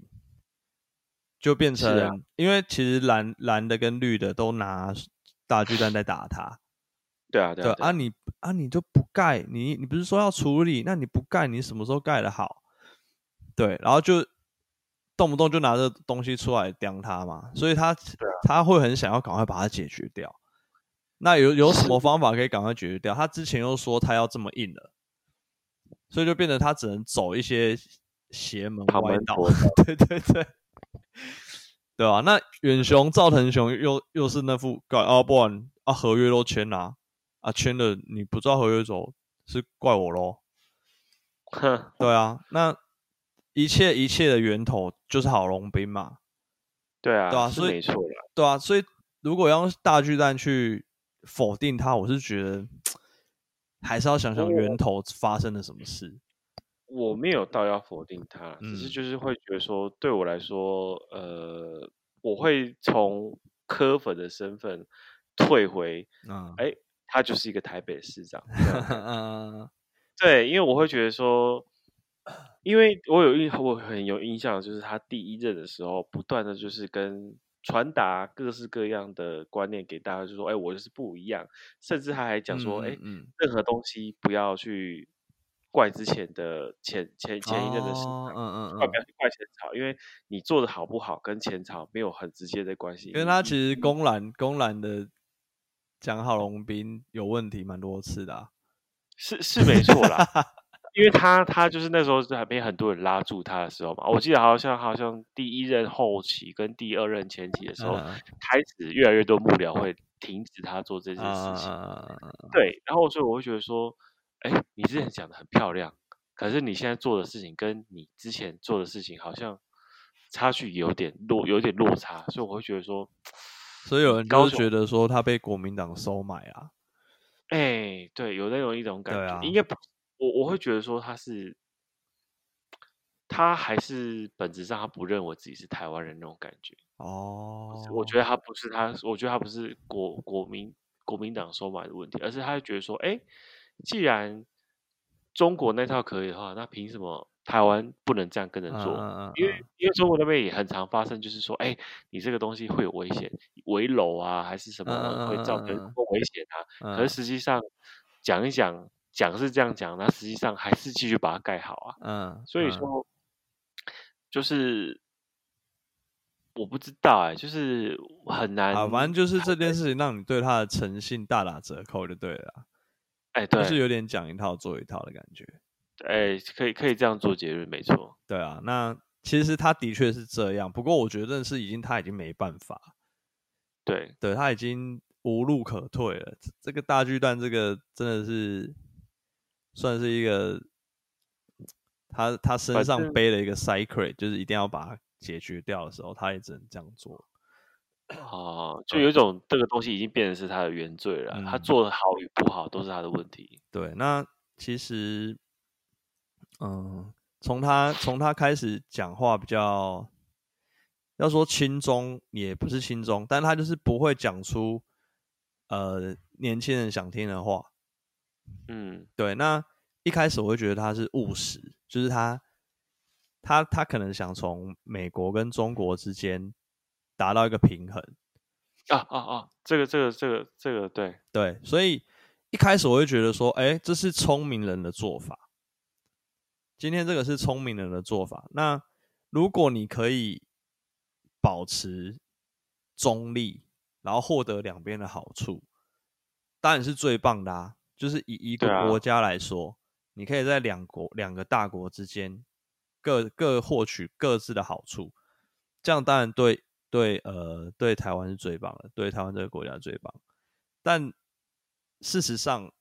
就变是成、啊因为其实蓝蓝的跟绿的都拿大巨蛋在打它，对啊，对对啊，对啊啊你啊你就不盖，你你不是说要处理，那你不盖，你什么时候盖的好？对，然后就动不动就拿着东西出来刁他嘛，所以他、啊他会很想要赶快把它解决掉。那有有什么方法可以赶快解决掉？他之前又说他要这么硬了，所以就变成他只能走一些邪门旁歪 门道左道。对对对，对吧、那远雄、赵腾雄又又是那副怪啊，不然啊合约都签啦、啊，签了你不照合约走是怪我喽。哼，对啊，那一切一切的源头就是郝龙斌嘛， 对啊，对啊是所以没错啦，对啊，所以如果要用大巨蛋去否定他，我是觉得还是要想想源头发生了什么事。我没有到要否定他，只是嗯就是会觉得说，对我来说，呃，我会从科粉的身份退回，嗯，哎，他就是一个台北市长，这样 嗯，对，因为我会觉得说，因为我有印，我很有印象，就是他第一任的时候，不断的就是跟传达各式各样的观念给大家，就说，哎，我就是不一样，甚至他还讲说，哎、嗯，任何东西不要去怪之前的前前前一任的事，哦嗯嗯怪嗯不，要去怪前朝，因为你做的好不好跟前朝没有很直接的关系，因为他其实嗯公然公然的讲郝龙斌有问题蛮多次的、啊，是是没错啦， 因为他他就是那时候是还没很多人拉住他的时候嘛，我记得好像好像第一任后期跟第二任前期的时候，嗯开始越来越多幕僚会停止他做这件事情，啊，对，然后所以我会觉得说，哎，你之前讲的很漂亮，可是你现在做的事情跟你之前做的事情好像差距有点落有点落差，所以我会觉得说，所以有人高就雄是觉得说他被国民党收买啊，哎，对，有那种一种感对觉，啊嗯应该不，我我会觉得说他是，他还是本质上他不认为自己是台湾人那种感觉。哦，我觉得他不是他，我觉得他不是国国民国民党收买的问题，而是他觉得说，哎，既然中国那套可以的话，那凭什么台湾不能这样跟着嗯做？嗯嗯因为因为中国那边也很常发生，就是说，哎，你这个东西会有危险，围楼啊，还是什么、嗯嗯会造成嗯嗯嗯危险啊？嗯，可是实际上讲一讲，讲是这样讲，那实际上还是继续把它盖好啊。嗯，所以嗯，说，就是我不知道哎、就是很难啊，反正就是这件事情让你对他的诚信大打折扣就对了啊，哎、就对，是有点讲一套做一套的感觉。哎、可以可以这样做结论，没错。对啊，那其实他的确是这样，不过我觉得是已经他已经没办法，对，对他已经无路可退了。这这个大巨蛋，这个真的是算是一个他他身反上正背了一个 secret，就是一定要把它解决掉的时候，他也只能这样做。嗯哦，就有一种这个东西已经变成是他的原罪了，他嗯做的好与不好都是他的问题。对，那其实，嗯，从他从他开始讲话比较，要说轻中也不是轻中，但他就是不会讲出呃年轻人想听的话。嗯，对，那一开始我会觉得他是务实，就是他他他可能想从美国跟中国之间达到一个平衡。啊啊啊，这个这个这个这个对，对，所以一开始我会觉得说，哎，这是聪明人的做法。今天这个是聪明人的做法。那如果你可以保持中立，然后获得两边的好处，当然是最棒的啊。就是以以一个对啊国家来说，你可以在两国两个大国之间各各获取各自的好处，这样当然对对呃对台湾是最棒的，对台湾这个国家最棒。但事实上，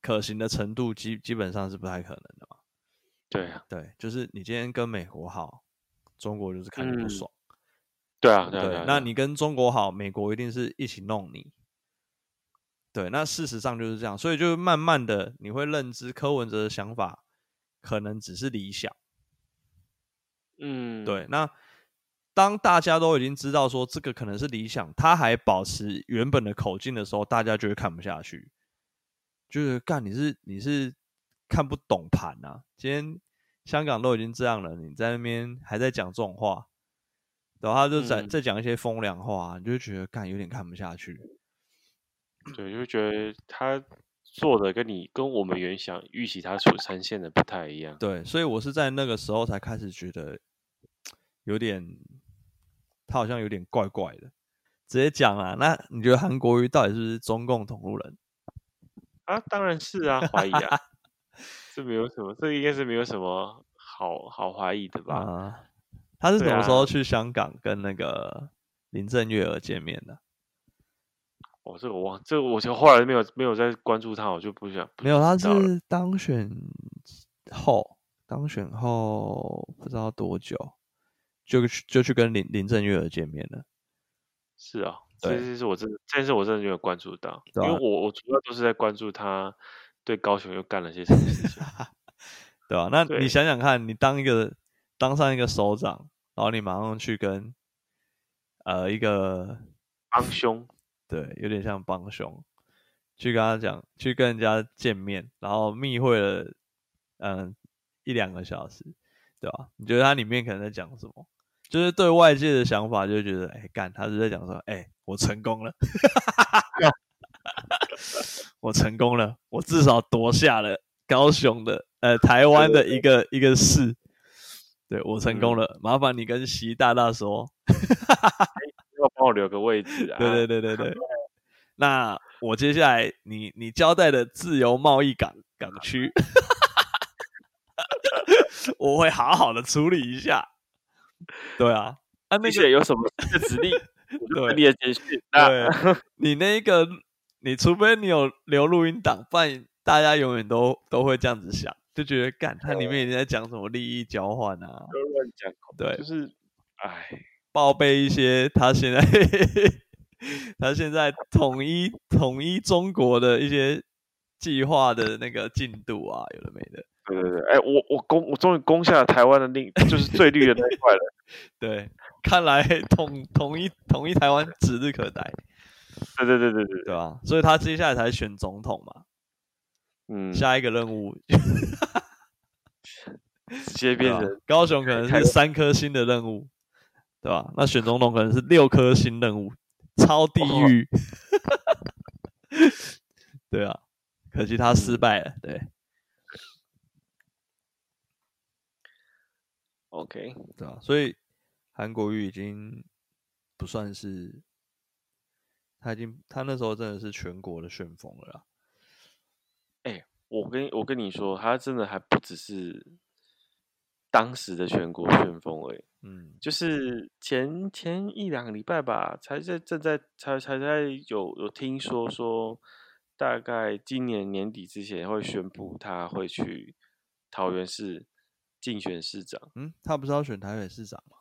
可行的程度基基本上是不太可能的嘛。对啊，对，就是你今天跟美国好，中国就是看你不嗯爽。对啊，对啊，对啊对，对啊那你跟中国好，美国一定是一起弄你。对，那事实上就是这样，所以就是慢慢的你会认知柯文哲的想法可能只是理想。嗯，对，那当大家都已经知道说这个可能是理想，他还保持原本的口径的时候，大家就会看不下去，就是干你是你是看不懂盘啊！今天香港都已经这样了，你在那边还在讲这种话，然后他就在嗯再讲一些风凉话、啊你就会觉得干有点看不下去。对，就会觉得他做的跟你跟我们原想预期他所呈现的不太一样。对，所以我是在那个时候才开始觉得有点，他好像有点怪怪的。直接讲啊，那你觉得韩国瑜到底是不是中共同路人？啊，当然是啊，怀 疑啊，这没有什么，这应该是没有什么好好怀疑的吧？啊，他是什对么时候啊去香港跟那个林郑月娥见面的？我、哦这个我忘，这个我就后来没有没有再关注他，我就不想不没有，啊他知道了是当选后，当选后不知道多久，就去就去跟林林郑月娥见面了。是啊，对这件事我真的这件事我真的没有关注到，对因啊为我我主要都是在关注他对高雄又干了些什么事情。对吧、那你对想想看，你当一个当上一个首长，然后你马上去跟呃一个 帮凶，对，有点像帮凶，去跟他讲，去跟人家见面，然后密会了嗯一两个小时，对吧、你觉得他里面可能在讲什么？就是对外界的想法，就会觉得哎干，他是在讲说哎我成功了，我成功了，我至少夺下了高雄的呃台湾的一个一个市，对我成功嗯了，麻烦你跟习大大说，要帮我留个位置啊。对对对对对。那我接下来你你交代的自由贸易港港区， 我会好好的处理一下。对啊，啊那并个且有什么新的指令，我就对等你的简讯。那对，你那个你除非你有留录音档，不然大家永远都都会这样子想，就觉得干它里面已经在讲什么利益交换啊，不要乱讲，对就是，哎，报备一些他现在 他现在统一统一中国的一些计划的那个进度啊，有的没的。对对对，哎，我我攻，我终于攻下了台湾的另就是最绿的那一块了。对，看来统统一统一台湾指日可待，对对对对对，对吧、所以他接下来才选总统嘛，嗯，下一个任务直对接变吧成高雄可能开是三颗星的任务，对吧、那选总统可能是六颗星任务，超地哦狱。 对啊，可惜他失败了。对， OK，对啊，所以韩国瑜已经不算是，他已经他那时候真的是全国的旋风了啦。我跟我跟你说，他真的还不只是当时的全国旋风而已。嗯，。就是前前一两个礼拜吧，才在正在才才在有有听说说，大概今年年底之前会宣布他会去桃园市竞选市长嗯，他不是要选台北市长吗？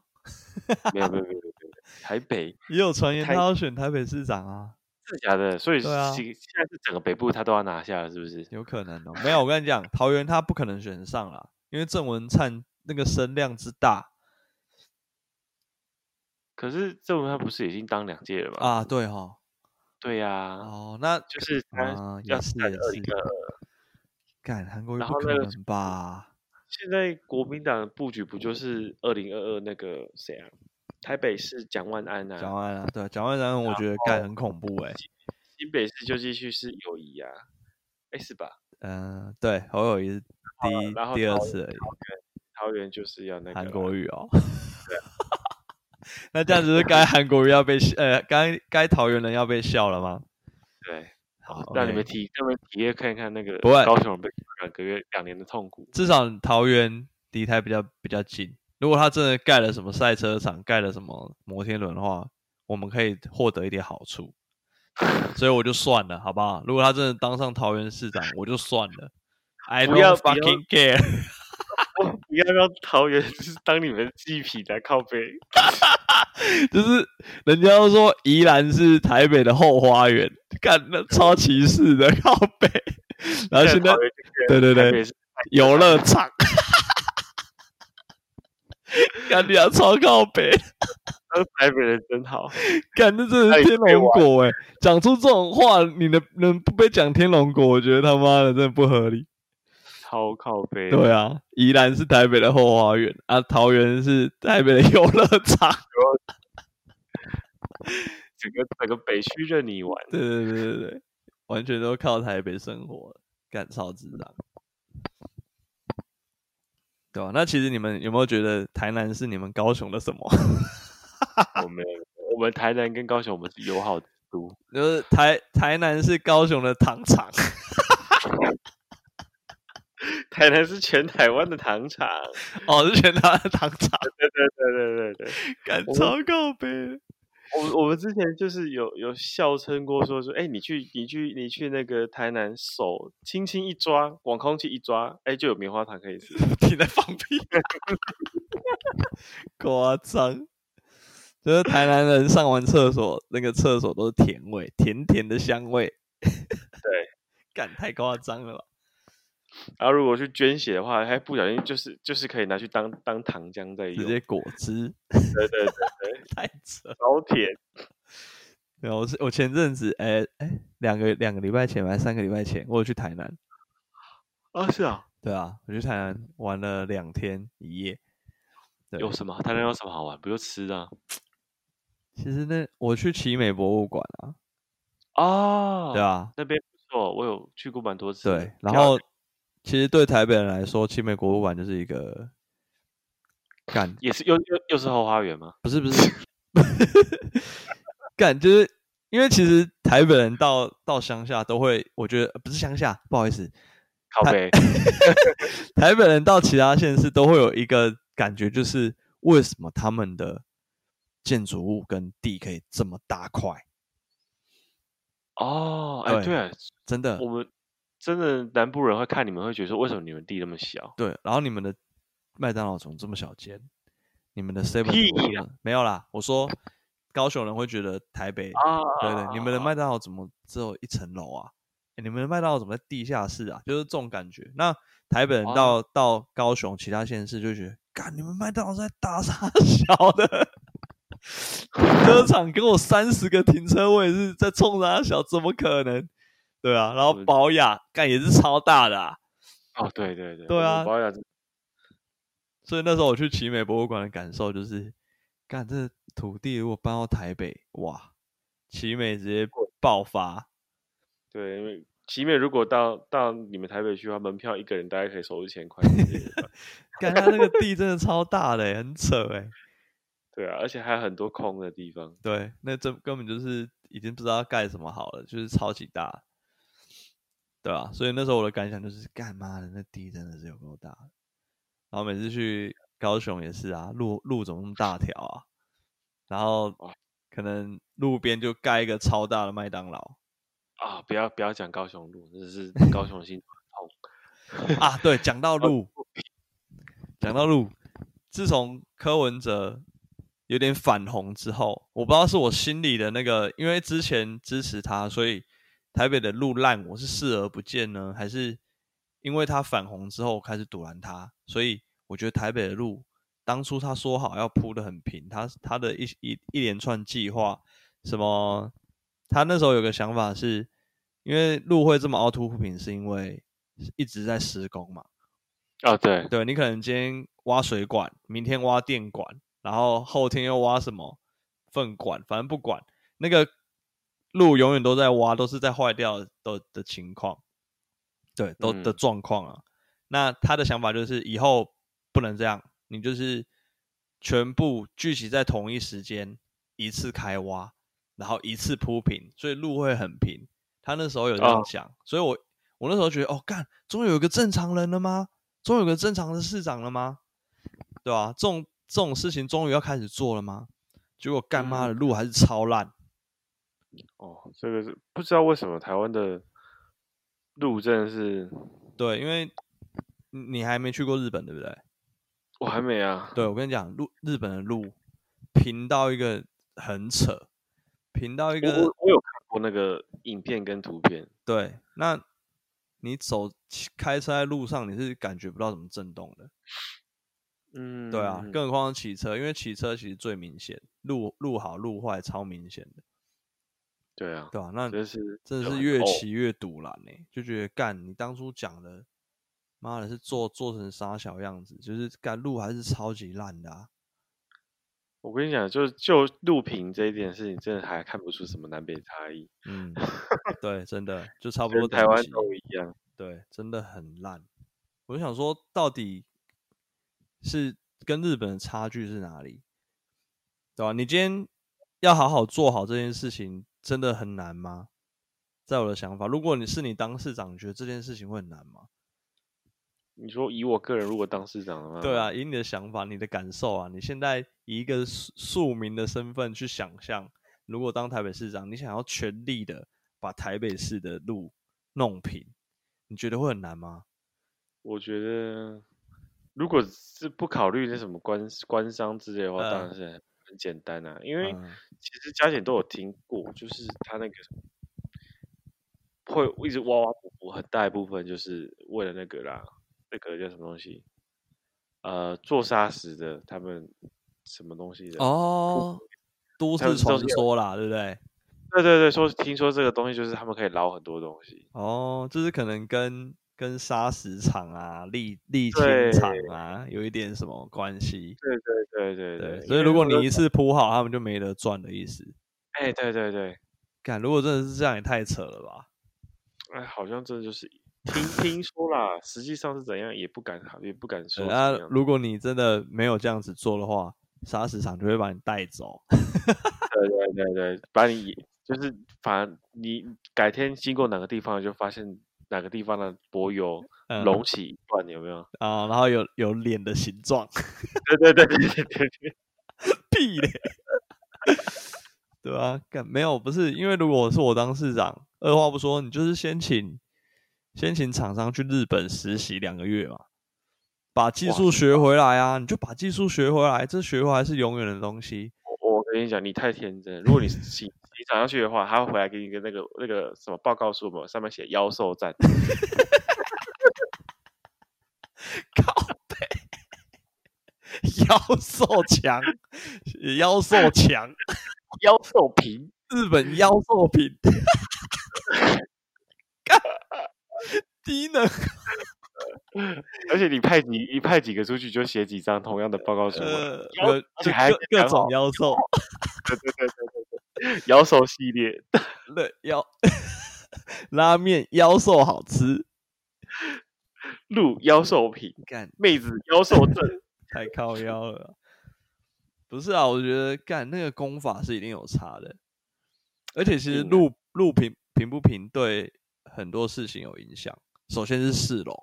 没有没有没有没有，没有台北也有传言他台要选台北市长啊，是假的，所以对啊现现在是整个北部他都要拿下了，是不是？有可能哦。没有，我跟你讲，桃园他不可能选上啦，因为郑文灿那个声量之大可是郑文他不是已经当两届了吗？啊，对哈、对呀、哦，哦，那就是他啊也要是在也二零是二二。干韩国瑜然不后可那个能吧？现在国民党的布局不就是二零二二那个谁啊，台北市蒋万安啊，讲完了，对，讲完然后我觉得干很恐怖哎、新北市就继续是友谊啊，哎是吧？嗯、对，侯友谊是第一然后第二桃次而已。桃园就是要那个韩啊国语哦。那这样子是该韩国语要被笑呃，该该桃园人要被笑了吗？对，好，让你 OK 们体让你们体验看看那个不会高雄人被两个月两年的痛苦。至少桃园离台比较比较近。如果他真的盖了什么赛车场，盖了什么摩天轮的话，我们可以获得一点好处。所以我就算了，好不好？如果他真的当上桃园市长，我就算了。I 不要 don't fucking care。你要不要桃园就是当你们的祭品来靠背？就是人家都说宜兰是台北的后花园，干那超歧视的靠北。然后现在桃园就变对对台对北市游乐场，干你啊，超靠北，当台北呃人真好，干这真的是天龙果哎、讲出这种话，你能能不被讲天龙果？我觉得他妈的真的不合理。超靠背。对啊，宜兰是台北的后花园啊，桃园是台北的游乐场。整个整个北区任你玩。对对对对对，完全都靠台北生活，干超智障。对吧、啊那其实你们有没有觉得台南是你们高雄的什么？ 我们我们台南跟高雄我们是友好之都， 就是台台南是高雄的糖厂。台南是全台湾的糖厂。哦，是全拿的糖厂，对对对对对对，敢我超告白。我们我们之前就是有有笑称过说说，哎、你去你去你去那个台南，手轻轻一抓，往空气一抓，哎、就有棉花糖可以吃。你在放屁、夸张。就是台南人上完厕所，那个厕所都是甜味，甜甜的香味。对， 干太夸张了吧？然后如果去捐血的话，还不小心就是就是可以拿去当当糖浆在直用。接果汁，对对对，太扯。超甜。然后啊我是我前阵子，哎、哎、两个两个礼拜前吧还是三个礼拜前，我有去台南。啊，是啊，对啊，我去台南玩了两天一夜。对有什么？台南有什么好玩？不就吃的啊？其实那我去奇美博物馆啊，哦，对啊，那边不错，我有去过蛮多次的。对。然漂后其实对台北人来说，奇美博物馆就是一个干也是又又又是后花园吗？不是不是干，就是因为其实台北人到到乡下都会，我觉得不是乡下，不好意思，靠它北，台北人到其他县市都会有一个感觉，就是为什么他们的建筑物跟地可以这么大块？哦，哎，对对啊，真的我，们真的南部人会看你们，会觉得说为什么你们地那么小？对，然后你们的麦当劳怎么这么小间？你们的 seven 屁没有啦，我说高雄人会觉得台北，啊，对对，你们的麦当劳怎么只有一层楼啊？诶你们的麦当劳怎么在地下室啊？就是这种感觉。那台北人哦到、到高雄其他县市就觉得，干你们麦当劳是在打啥小的？停车场给我三十个停车位是在冲啥小？怎么可能？对啊，然后我保雅干也是超大的、啊，哦，对对对，对我们啊保养所以那时候我去奇美博物馆的感受就是，干这土地如果搬到台北，哇，奇美直接爆发。对，因为奇美如果到到你们台北去的话，门票一个人大概可以收一千块之 类的吧，干他那个地真的超大的欸、很扯哎、对啊，而且还有很多空的地方。对，那这根本就是已经不知道要盖什么好了，就是超级大，对吧、所以那时候我的感想就是，干妈的那地真的是有够大的。然后每次去高雄也是啊，路路怎么那么大条啊？然后哇可能路边就盖一个超大的麦当劳啊，不要不要讲高雄路，真 的是高雄的心很痛。啊。对，讲到路，讲到路，自从柯文哲有点反红之后，我不知道是我心里的那个，因为之前支持他，所以台北的路烂，我是视而不见呢，还是因为他反红之后开始堵拦他，所以我觉得台北的路当初他说好要铺的很平，他他的一一一连串计划，什么他那时候有个想法是，因为路会这么凹凸不平，是因为一直在施工嘛。啊，对，对你可能今天挖水管，明天挖电管，然后后天又挖什么粪管，反正不管那个路永远都在挖，都是在坏掉的的的情况，对，都的嗯状况啊。那他的想法就是以后不能这样，你就是全部聚集在同一时间一次开挖，然后一次铺平，所以路会很平。他那时候有这样哦讲，所以我我那时候觉得，哦，干，终于有一个正常人了吗？终于有个正常的市长了吗？对吧、这种这种事情终于要开始做了吗？结果干妈嗯的路还是超烂，哦，这个是不知道为什么台湾的路真的是对，因为你你还没去过日本，对不对？我还没啊，对，我跟你讲，路日本的路平到一个很扯，平到一我个我我有看过那个影片跟图片，对，那你走骑开车在路上，你是感觉不到什么震动的，嗯，对啊，嗯更何况是骑车，因为骑车其实最明显，路路好路坏超明显的，对啊，对吧、那真是真的有是很越哦骑越堵拦呢、就觉得干你当初讲的，妈的是做做成傻小样子，就是干路还是超级烂的啊。我跟你讲，就是就录屏这一点事情，真的还看不出什么南北差异， 嗯，对，真的就差不跟多台等湾级都一样。对，真的很烂。我就想说，到底是跟日本的差距是哪里？对吧、啊你今天要好好做好这件事情，真的很难吗？在我的想法，如果你是你当市长，你觉得这件事情会很难吗？你说以我个人如果当市长的话，对啊，以你的想法、你的感受啊，你现在以一个庶庶民的身份去想象，如果当台北市长，你想要全力的把台北市的路弄平，你觉得会很难吗？我觉得如果是不考虑那什么官官商之类的话，嗯当然是很很简单啊，因为嗯其实加减都有听过，就是他那个什么会一直挖挖补补，很大一部分就是为了那个啦，那个叫什么东西，呃，做砂石的他们什么东西的，哦，都还有市传中间有说啦，对不对？对对对，说听说这个东西就是他们可以捞很多东西，哦，就是可能跟跟砂石场啊、沥沥青对场啊有一点什么关系。对对对对对，对，所以因为如果那个你一次铺好，他们就没得赚的意思。哎、对对对，干，如果真的是这样，也太扯了吧？哎，好像真的就是听听说啦，实际上是怎样也不敢也不敢说对怎啊么，样。如果你真的没有这样子做的话，砂石场就会把你带走。对对对对，把你就是反你改天经过哪个地方，就发现哪个地方的柏油嗯隆起一段，有没有？ 啊，然后有有脸的形状， 对对对对对对 对，屁嘞！ 对啊，干没有不是，因为如果是我当市长，二话不说，你就是先请先请厂商去日本实习两个月嘛，把技哇术学回来啊，你就把技术学回来，这学回来是永远的东西。 我我跟你讲，你太天真了。如果你请你长上去的话，他会回来给你一个那个那个什么报告书嘛，上面写妖兽 战。靠背，妖兽强， 妖兽强，妖兽皮，日本妖兽品，干低能而且你派几你派几个出去，就写几张同样的报告书嘛，呃，妖有而就且还各各讲好种妖兽，对对对对对对，妖兽系列，对妖拉面妖兽好吃，录妖兽皮，干妹子妖兽阵， 太 靠腰了啊。不是啊，我觉得干那个功法是一定有差的，而且其实一定的录录平平不平对很多事情有影响。首先是市容，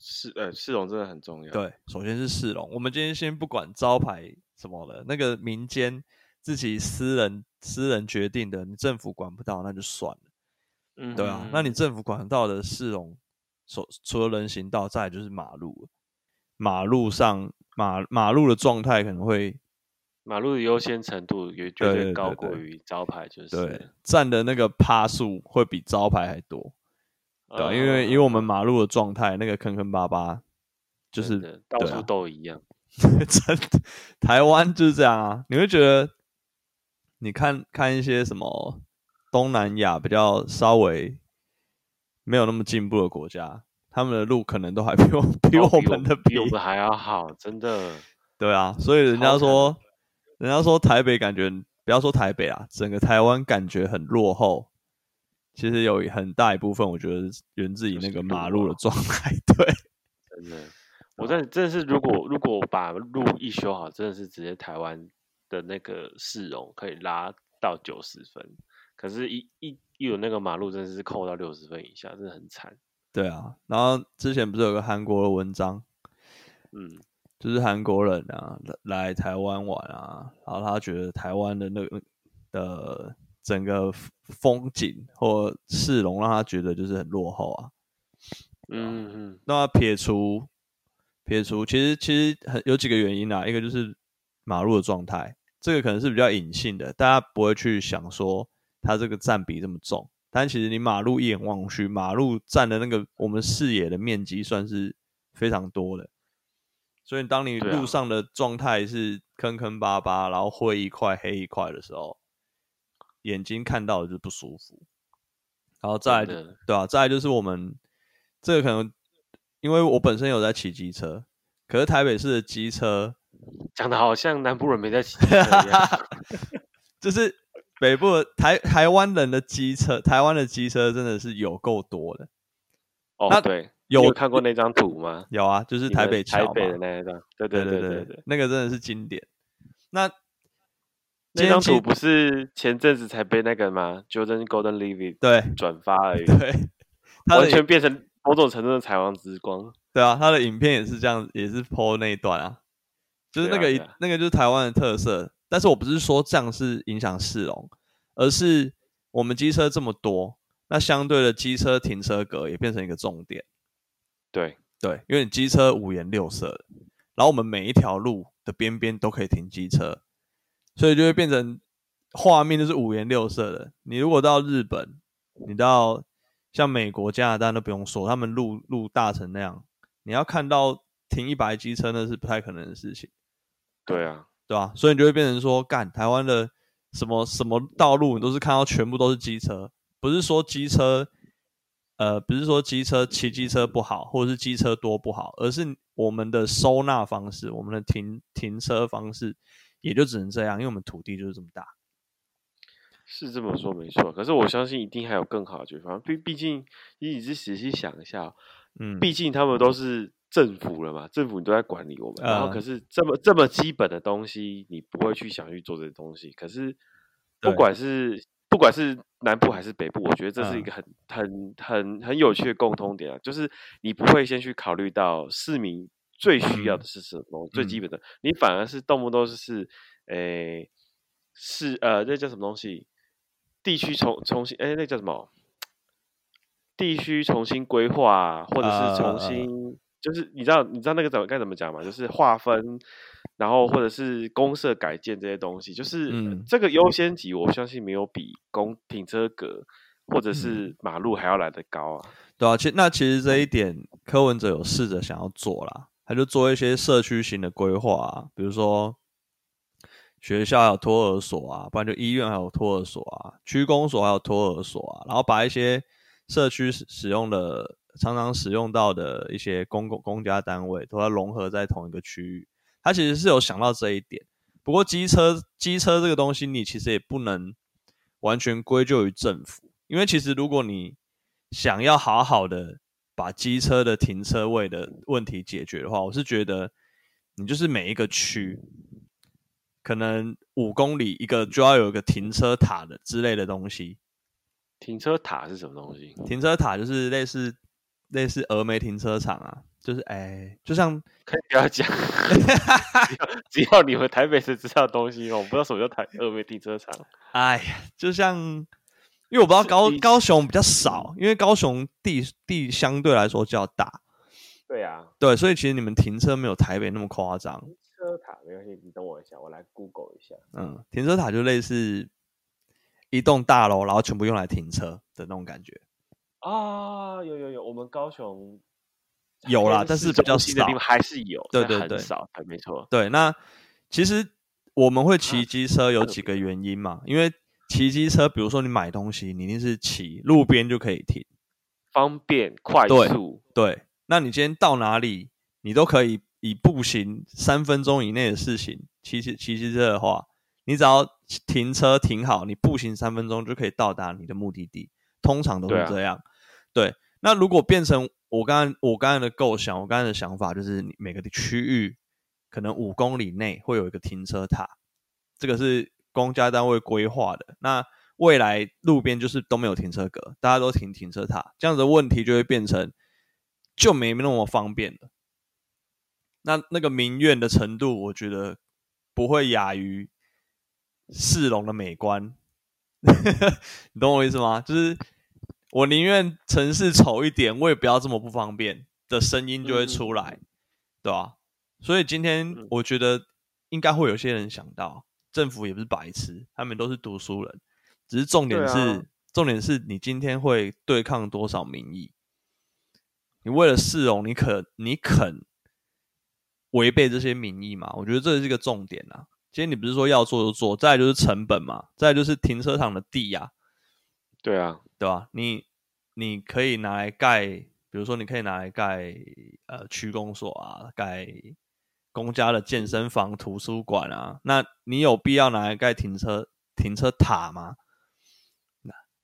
是呃，市容真的很重要。对，首先是市容。我们今天先不管招牌什么的，那个民间自己私人私人决定的，你政府管不到那就算了。嗯哼，对啊，那你政府管到的市容，所除了人行道，再来就是马路了，马路上马马路的状态可能会马路的优先程度也绝对对对高对过于招牌，就是对占的那个趴数会比招牌还多，对、啊，因为因为我们马路的状态，那个坑坑巴巴，就就是呃到对啊处都一样。 真的，台湾就是这样啊。你会觉得，你看看一些什么东南亚比较稍微没有那么进步的国家，他们的路可能都还比我比哦我们的比我们还要好，真的。对啊，所以人家超惨说，人家说台北感觉，不要说台北啊，整个台湾感觉很落后。其实有很大一部分，我觉得是源自于就那是个路马啊路的状态。 对，啊真的，我真的真的是， 如果如果把路一修好，真的是直接台湾的那个市容可以拉到九十分，可是一，一一有那个马路，真的是扣到六十分以下，真的很惨。对啊。然后之前不是有个韩国的文章，嗯，就是韩国人啊来来台湾玩啊，然后他觉得台湾的那个的整个风景或市容让他觉得就是很落后啊。嗯嗯，那撇除撇除，其实其实很有几个原因啊啦，一个就是马路的状态，这个可能是比较隐性的，大家不会去想说它这个占比这么重。但其实你马路一眼望去，马路占的那个我们视野的面积算是非常多的，所以当你对啊路上的状态是坑坑巴巴，然后灰一块黑一块的时候，眼睛看到的就不舒服。然后再来真就的对啊，再来就是我们这个可能，因为我本身有在骑机车，可是台北市的机 车讲的好像南部人没在骑机车一 样。就是北部的台台湾人的机车，台湾的机车真的是有够多的。那哦，对，你有有看过那张图吗？有啊，就是你台们北台桥北嘛的那一张，对对对对对对，那个真的是经典。那今那天张其图不是前阵子才被那个吗？Jordan Golden Levy 对 转发而已，对，他完的全变成某种程度的彩王之光。对啊，他的影片也是这样，也是 PO 那一段啊，就是那对啊个一、对啊那个就是台湾的特色。但是我不是说这样是影响市容，而是我们机车这么多，那相对的机车停车格也变成一个重点。对，对，因为你机车五颜六色的，然后我们每一条路的边边都可以停机车，所以就会变成画面就是五颜六色的。你如果到日本，你到像美国、加拿大都不用说，他们路路大成那样，你要看到停一排机车那是不太可能的事情，对啊，对吧、所以你就会变成说，干台湾的什么什么道路，你都是看到全部都是机车，不是说机车，呃，不是说机车骑机车不好，或者是机车多不好，而是我们的收纳方式，我们的停停车方式也就只能这样，因为我们土地就是这么大。是这么说没错。可是我相信一定还有更好的解决方案，毕毕竟你仔细细想一下哦、嗯，毕竟他们都是政府了嘛，政府你都在管理我们，然后呃可是这么这么基本的东西，你不会去想去做这些东西。可是不对管是不管是南部还是北部，我觉得这是一嗯个很、很很很有趣的共通点啊，就是你不会先去考虑到市民最需要嗯的是什么，最嗯基本的，你反而是动不动就是诶、是呃那叫什么东西？地区重重新哎、那叫什么？地区重新规划啊，或者是啊啊啊重啊新，就是你知道你知道那个怎么该怎么讲嘛？就是划分，然后或者是公社改建这些东西，就是、嗯这个优先级，我相信没有比公停车格或者嗯是马路还要来得高啊。对啊，其那其实这一点柯文哲有试着想要做啦，他就做一些社区型的规划、啊，比如说学校有托儿所啊，不然就医院还有托儿所啊，区公所还有托儿所啊，然后把一些社区使使用的常常使用到的一些公共公家单位都要融合在同一个区域，他其实是有想到这一点。不过机车机车这个东西，你其实也不能完全归咎于政府，因为其实如果你想要好好的把机车的停车位的问题解决的话，我是觉得你就是每一个区，可能五公里一个就要有一个停车塔的之类的东西。停车塔是什么东西？停车塔就是类似类似峨眉停车场啊，就是哎、就像可以不 要讲，只要你们台北市知道的东西吗？我不知道什么叫台峨眉停车场。哎呀，就像，因为我不知道是高你高雄比较少，因为高雄地地相对来说较大，对啊，对，所以其实你们停车没有台北那么夸张。停车塔没关系，你等我一下，我来 Google 一下。嗯，停车塔就类似一栋大楼，然后全部用来停车的那种感觉。啊，有有有，我们高雄有还啦但市是比中较心的地少方还是有，对但对很对少，对没错，对，那其实我们会啊骑机车有特几个原因嘛，因为骑机车，比如说你买东西，你一定是骑路边就可以停。方便快对速，对，那你今天到哪里，你都可以以步行三分钟以内的事情，骑骑骑机车的话，你只要停车停好，你步行三分钟就可以到达你的目的地，通常都对是啊这样。对，那如果变成我刚才我刚才的构想，我刚才的想法就是，你每个区域可能五公里内会有一个停车塔，这个是公家单位规划的。那未来路边就是都没有停车格，大家都停停车塔，这样子的问题就会变成就没那么方便了。那那个民怨的程度，我觉得不会亚于市容的美观。 你懂我意思吗？就是我宁愿城市丑一点，我也不要这么不方便的声音就会出来，对吧、所以今天嗯我觉得应该会有些人想到，政府也不是白痴，他们都是读书人，只是重点对啊是、重点是你今天会对抗多少民意。你为了市容，你可你肯违背这些民意嘛？我觉得这是一个重点啊。今天你不是说要做就做，再来就是成本嘛，再来就是停车场的地啊呀、对啊，对吧、你你可以拿来盖，比如说你可以拿来盖呃区公所啊，盖公家的健身房、图书馆啊，那你有必要拿来盖停车停车塔吗？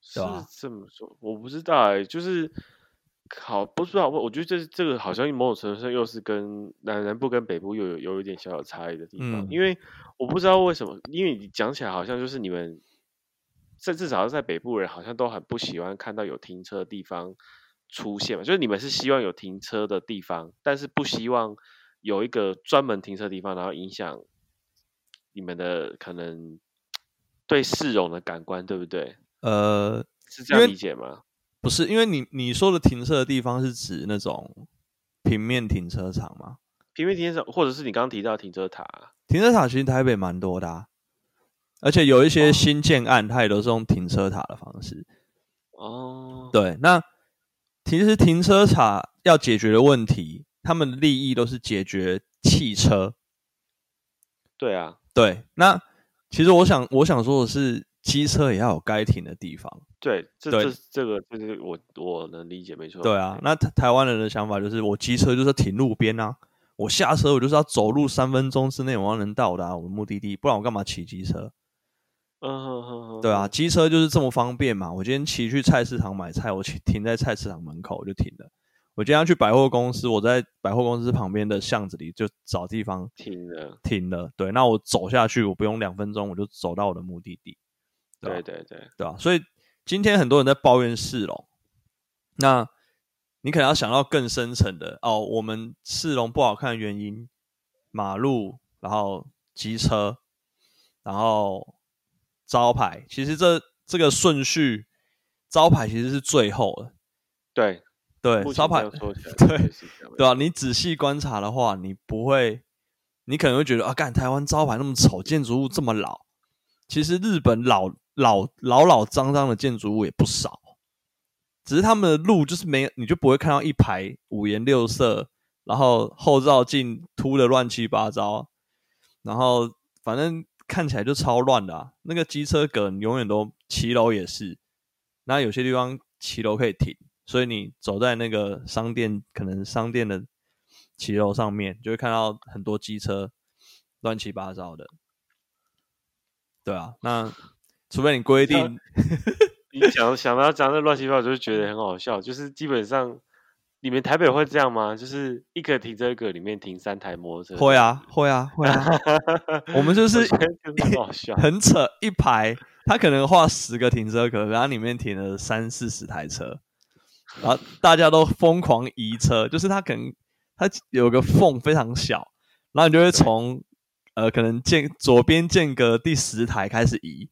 是对啊这么说，我不知道哎、就是好不知道，我我觉得这这个好像某种程度上又是跟南南部跟北部又有有一点小小差异的地方，嗯因为我不知道为什么，因为你讲起来好像就是你们。这至少是在北部人好像都很不喜欢看到有停车的地方出现嘛，就是你们是希望有停车的地方，但是不希望有一个专门停车的地方，然后影响你们的可能对市容的感官，对不对？呃，是这样因为理解吗？不是，因为你你说的停车的地方是指那种平面停车场吗？平面停车场，或者是你刚刚提到的停车塔，停车场其实台北蛮多的、啊，而且有一些新建案，它也都是用停车塔的方式。哦，对，那其实停车场要解决的问题，他们的利益都是解决汽车。对啊，对，那其实我想我想说的是，机车也要有该停的地方。对，这对这这个这个我我能理解，没错。对啊，那台台湾人的想法就是，我机车就是要停路边啊，我下车我就是要走路三分钟之内我要能到达我的目的地，不然我干嘛骑机车？嗯哼哼哼，对啊，，机车就是这么方便嘛。我今天骑去菜市场买菜，我骑停在菜市场门口我就停了。我今天要去百货公司，我在百货公司旁边的巷子里就找地方听了，停了。对，那我走下去，我不用两分钟，我就走到我的目的地。对啊对对对，对吧、所以今天很多人在抱怨市容，那你可能要想到更深层的哦，我们市容不好看的原因，马路，然后机车，然后招牌，其实这这个顺序，招牌其实是最后的，对，对，目前招这牌样说起来，对是这样没对吧、啊错你仔细观察的话，你不会，你可能会觉得啊，干台湾招牌那么丑，建筑物这么老，其实日本老老老老脏脏的建筑物也不少，只是他们的路就是没，你就不会看到一排五颜六色，然后后照镜凸的乱七八糟，然后反正看起来就超乱的、啊。那个机车梗永远都骑楼也是，那有些地方骑楼可以停，所以你走在那个商店，可能商店的骑楼上面，就会看到很多机车乱七八糟的。对啊，那除非你规定，你讲想到讲这乱七八糟，我就觉得很好笑。就是基本上，你们台北会这样吗？就是一个停车格里面停三台摩托车， 会啊，会啊，会啊。我们就是。觉得很好 笑很扯，一排他可能画十个停车格，然后里面停了三四十台车，然后大家都疯狂移车，就是他可能他有个缝非常小，然后你就会从呃可能间左边间隔第十台开始移，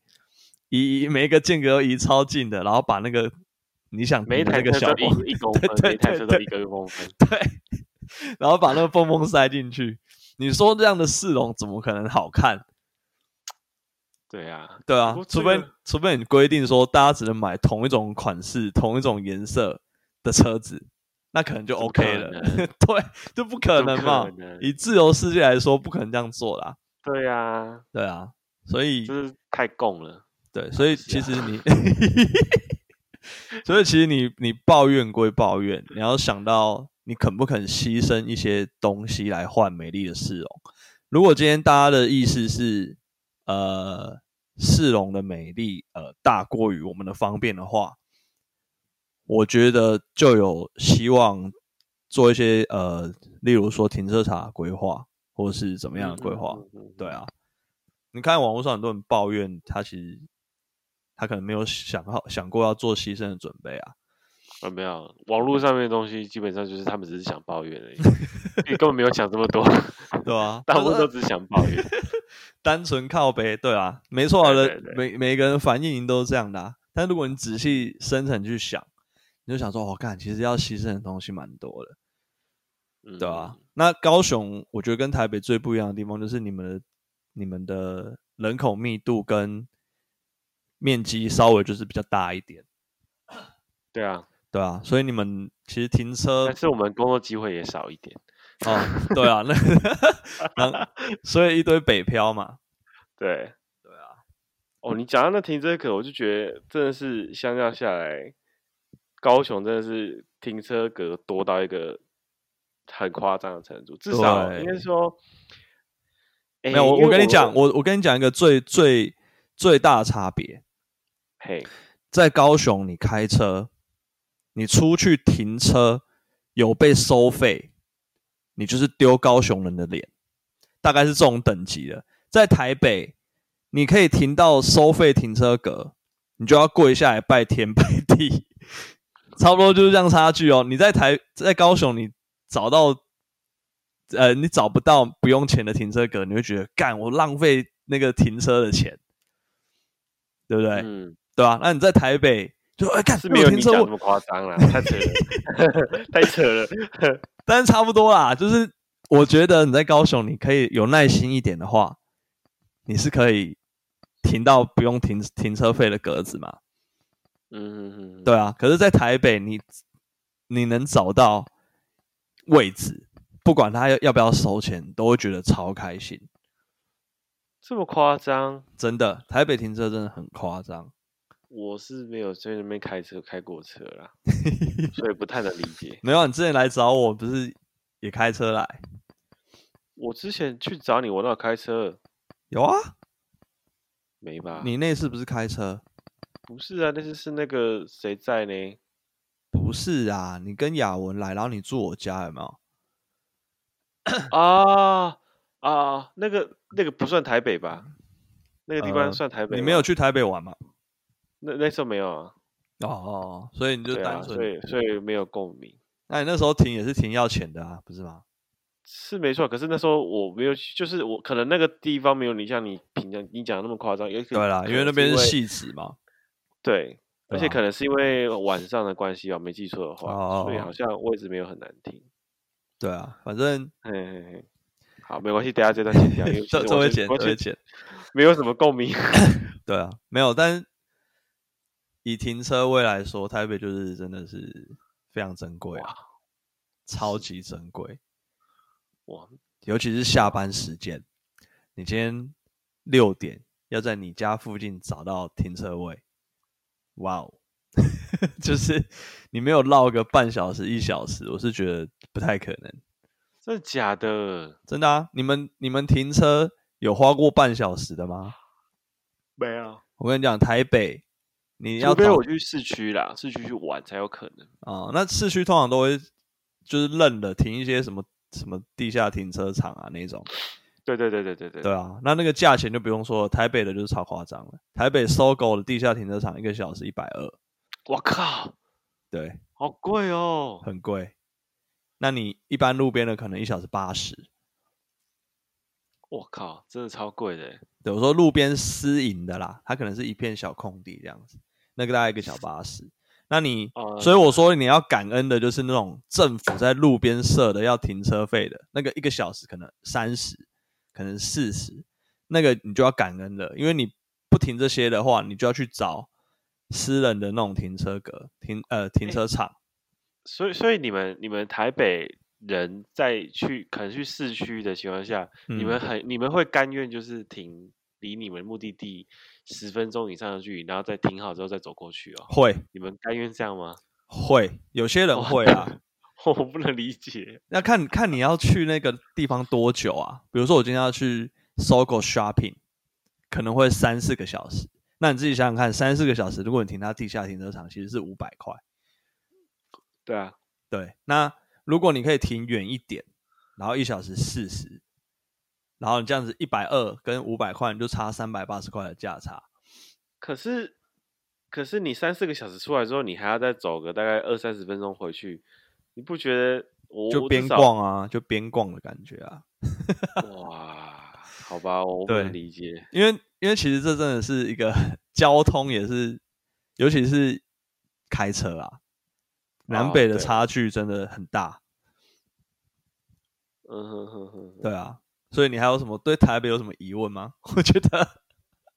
移移每一个间隔都移超近的，然后把那个你想每一停的台那个车小都缝一一公对分，对每一台车都对一个公分。对，然后把那个缝缝塞进去。你说这样的市容怎么可能好看？对啊，对啊不过，这除非个除非你规定说大家只能买同一种款式、同一种颜色的车子，那可能就怎么 OK 可了。能对，就不可怎么能嘛可。能以自由世界来说，不可能这样做啦。对啊，对啊，所以就是太共了。对，所以是其啊实 你，所以其实你你抱怨归抱怨，你要想到你肯不肯牺牲一些东西来换美丽的市容。如果今天大家的意思是，呃，市容的美丽呃大过于我们的方便的话，我觉得就有希望做一些呃，例如说停车场的规划，或是怎么样的规划。嗯？嗯嗯嗯对啊，你看网络上很多人抱怨，他其实他可能没有想好想过要做牺牲的准备啊。啊，没有，网络上面的东西基本上就是他们只是想抱 怨而已，你根本没有想这么多，对啊， 大部分他都说只是想抱怨。 单纯靠背，对啊，没错啊，对人对对每每个人反应都是这样的、啊。但如果你仔细深层去想，你就想说，我、哦、看其实要牺牲的东西蛮多的，嗯对啊，，那高雄，我觉得跟台北最不一样的地方就是你们的你们的人口密度跟面积稍微就是比较大一点，对啊，对啊，所以你们其实停车但是我们工作机会也少一点。哦，对啊，那然后所以一堆北漂嘛，对，对啊。哦，你讲到那停车格，我就觉得真的是相较下来，高雄真的是停车格多到一个很夸张的程度，至少应该对说，没没有我我跟你讲，我我跟你讲一个最最最大的差别，嘿，在高雄你开车，你出去停车有被收费，你就是丢高雄人的脸，大概是这种等级的。在台北，你可以停到收费停车格，你就要跪下来拜天拜地， 差不多就是这样差距哦。你在台在高雄，你找到呃，你找不到不用钱的停车格，你会觉得干我浪费那个停车的钱，对不对？嗯，对吧、那你在台北就哎干是没没有停你车讲那位，么夸 张啦，太扯了，太扯了。但是差不多啦。就是我觉得你在高雄，你可以有耐心一点的话，你是可以停到不用停停车费的格子嘛。嗯，嗯，对啊，可是，在台北你你能找到位置，不管他要要不要收钱，都会觉得超开心。这么夸张，真的，台北停车真的很夸张。我是没有在那边开车开过车啦，所以不太能理解。没有啊，你之前来找我不是也开车来？我之前去找你，我那开车有啊，没吧？你那次不是开车？不是啊，那次是那个谁在呢？不是啊，你跟雅文来，然后你住我家，有没有？啊啊，那个那个不算台北吧？那个地呃方算台北、你没有？去台北玩吗？那那时候没有啊，哦哦，所以你就对啊，单所纯，以所以没有共鸣。那你那时候停也是停要钱的啊，不是吗？是没错，可是那时候我没有去，就是我可能那个地方没有你像你平常你讲的那么夸张，也可对啦，可因为能那边是是因戏为子嘛。对，而对且啊可能是因为晚上的关系吧，没记错的话，所以哦好像位置没有很难听。对啊，反正嘿嘿嘿，好，没关系，等一下这段剪 啊掉，因为其这实这我会觉得减，我这会觉得减。没有什么共鸣。 对啊，没有，但是以停车位来说，台北就是真的是非常珍贵啊，超级珍贵，哇，尤其是下班时间，你今天六点要在你家附近找到停车位，哇哦， 就是你没有绕个半小时一小时，我是觉得不太可能，真的假的？真的啊，你们你们停车有花过半小时的吗？没有，我跟你讲，台北你要除非找我去市区啦，市区去玩才有可能。啊、那市区通常都会就是认了停一些什么什么地下停车场啊那种，对对对对对对对啊，那那个价钱就不用说了，台北的就是超夸张了，台北搜狗的地下停车场一个小时一百二，我靠，对，好贵哦！很贵。那你一般路边的可能一小时八十，我靠，真的超贵的欸。对我说路边私营的啦，它可能是一片小空地这样子，那个大概一个小八十。那你，哦所以我说你要感恩的就是那种政府在路边设的要停车费的那个一个小时可能三十，可能四十，那个你就要感恩了，因为你不停这些的话，你就要去找私人的那种停车格、停呃停车场。所以，所以你们你们台北人在去可能去市区的情况下，你嗯们很你们会甘愿就是停离你们目的地十分钟以上的距离，然后再停好之后再走过去哦。会你们甘愿这样吗？ 会有些人会啊，我不能理解。那看看你要去那个地方多久啊？比如说我今天要去搜狗 shopping，可能会三四个小时。那你自己想想看，三四个小时，如果你停到地下停车场，其实是五百块。对啊，对，那如果你可以停远一点，然后一小时四十，然后你这样子一百二跟五百块，你就差三百八十块的价差。可是可是你三四个小时出来之后，你还要再走个大概二三十分钟回去，你不觉得我就哦我至边少逛啊，就边逛的感觉啊。哇？好吧，我不对能理解。因为因为其实这真的是一个交通，也是尤其是开车啊，南北的哦对差距真的很大，嗯哼哼哼哼，对啊。所以你还有什么对台北有什么疑问吗？ 我觉得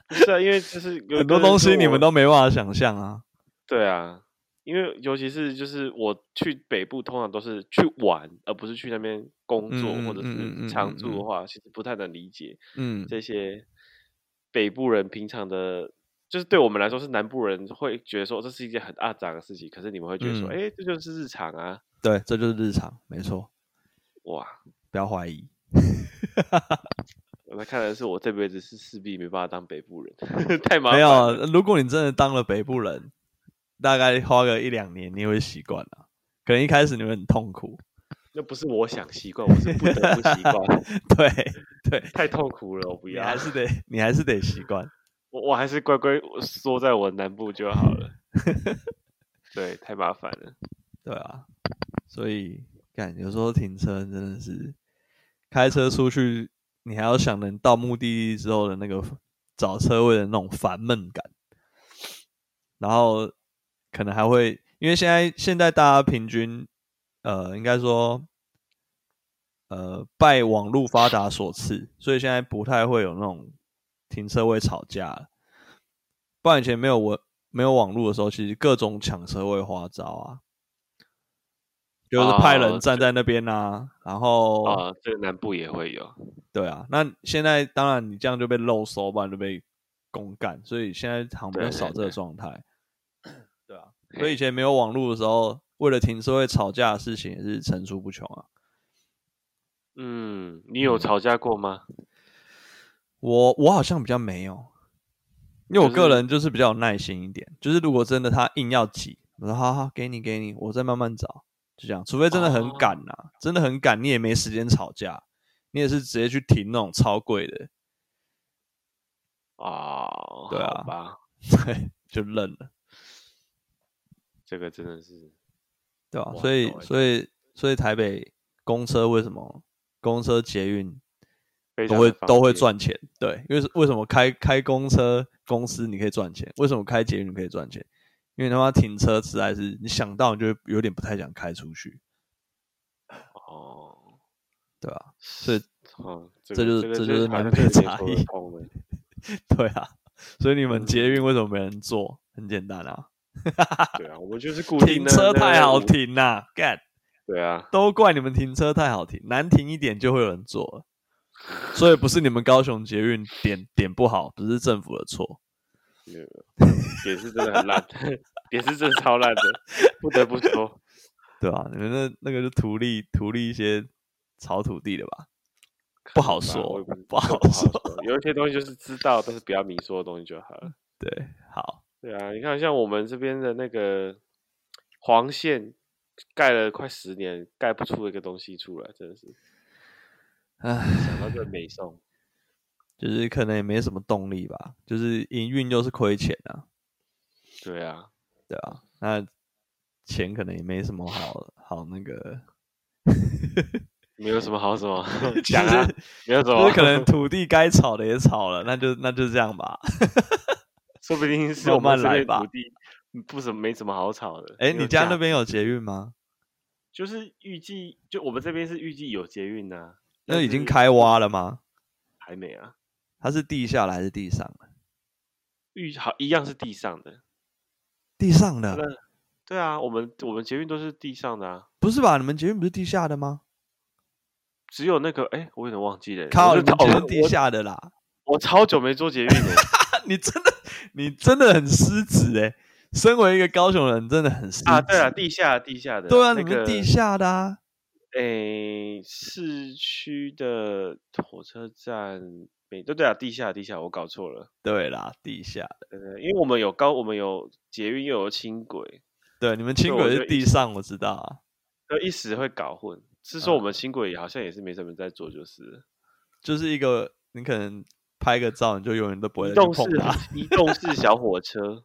不是啊，因为就是有很多跟人东说西你我们都没办法想象啊。对啊，因为尤其是就是我去北部，通常都是去玩，而不是去那边工作、嗯嗯或者嗯嗯嗯是常住嗯的嗯话，其实不太能理解嗯，这些北部人平常的。就是对我们来说是南部人会觉得说这是一件很阿杂的事情，可是你们会觉得说，嗯哎、这就是日常啊，对，这就是日常，没错，哇！不要怀疑。那看来是我这辈子是势必没办法当北部人， 太麻没烦有啊了。，如果你真的当了北部人，大概花个一两年，你也会习惯了。可能一开始你会很痛苦， 那不是我想习惯，我是不得不习惯，对对，太痛苦了，我不你要。还是得你还是得习惯。 我我还是乖乖缩在我南部就好了。对，太麻烦了。对啊，所以干有时候停车真的是开车出去，你还要想能到目的地之后的那个找车位的那种烦闷感，然后可能还会因为现在现在大家平均呃，应该说呃拜网络发达所赐，所以现在不太会有那种停车位吵架了。不然以前没有我没有网络的时候，其实各种抢车位花招啊，就是派人哦站在那边啊，然后、啊、这个南部也会有，对啊，那现在当然你这样就被漏收，不然就被公干，所以现在好像比较对少对这个对状态。对 啊，嘿所以以前没有网络的时候，为了停车位吵架的事情也是层出不穷啊。嗯，你有吵架过吗？我我好像比较没有，因为我就是个人就是比较有耐心一点，就是如果真的他硬要挤，我说好好给你给你，我再慢慢找，就这样。除非真的很哦赶呐、啊真的很赶，你也没时间吵架，你也是直接去停那种超贵的，哦，对好啊吧，对，就认了。这个真的是，对啊，哇所以懂了所以所以台北公车为什么公车捷运非都常会的方都会便。赚钱？对，因为是为什么开开公车公司你可以赚钱，为什么开捷运你可以赚钱？因为他妈停车实在是你想到你就会有点不太想开出去，哦，对啊，所 以哦，这这就是个这个这这个就是好南像北这个差也说得异 通了对啊，所以你嗯们捷运为什么没人坐？很简单啊，对啊，我 们就是固定停那车那太好五停啦、干对啊，都怪你们停车太好停，难停一点就会有人坐了。所以不是你们高雄捷运点点不好，不是政府的错。没有也是真的很烂， 也是真的超烂的，不得不说，对吧、你们那那个就图利图利一些炒土地的吧，不好吧我说也不，不好好说。说，有一些东西就是知道，但是不要明说的东西就好了。对，好，对啊，你看像我们这边的那个黄线，盖了快十年，盖不出一个东西出来，真的是唉，想到就美送。就是可能也没什么动力吧，就是营运又是亏钱啊，对啊，对啊，那钱可能也没什么好好那个，没有什么好什 么就是 讲啊，没有什就么，是可能土地该炒的也炒了，那就那就这样吧。说不定是慢我们慢这来边吧土地不什么没什么好炒的。哎，没有你家价那边有捷运吗？就是预计，就我们这边是预计有捷运呐、那但已经是开挖了吗？还没啊？它是地下的还是地上的？预好一样是地上的，地上那的，对啊，我们我们捷运都是地上的啊，不是吧？你们捷运不是地下的吗？只有那个哎，我有点忘记了，靠，我你就们超捷我运地下的啦！ 我，我超久没坐捷运了，你真的，你真的很失职哎！身为一个高雄人，真的很失职 啊，对啊，地下地下的，对啊，那你们个地下的啊，哎，市区的火车站北，对对啊，地下地下，我搞错了，对啦，地下的，呃，因为我们有高，我们有捷运又有轻轨，对，你们轻对轨我是就一地上，我知道啊。就一时会搞混。是说我啊们轻轨也好像也是没什么人在做，就是了就是一个你可能拍个照，你就永远都不会移再去动碰式它，移动式小火车，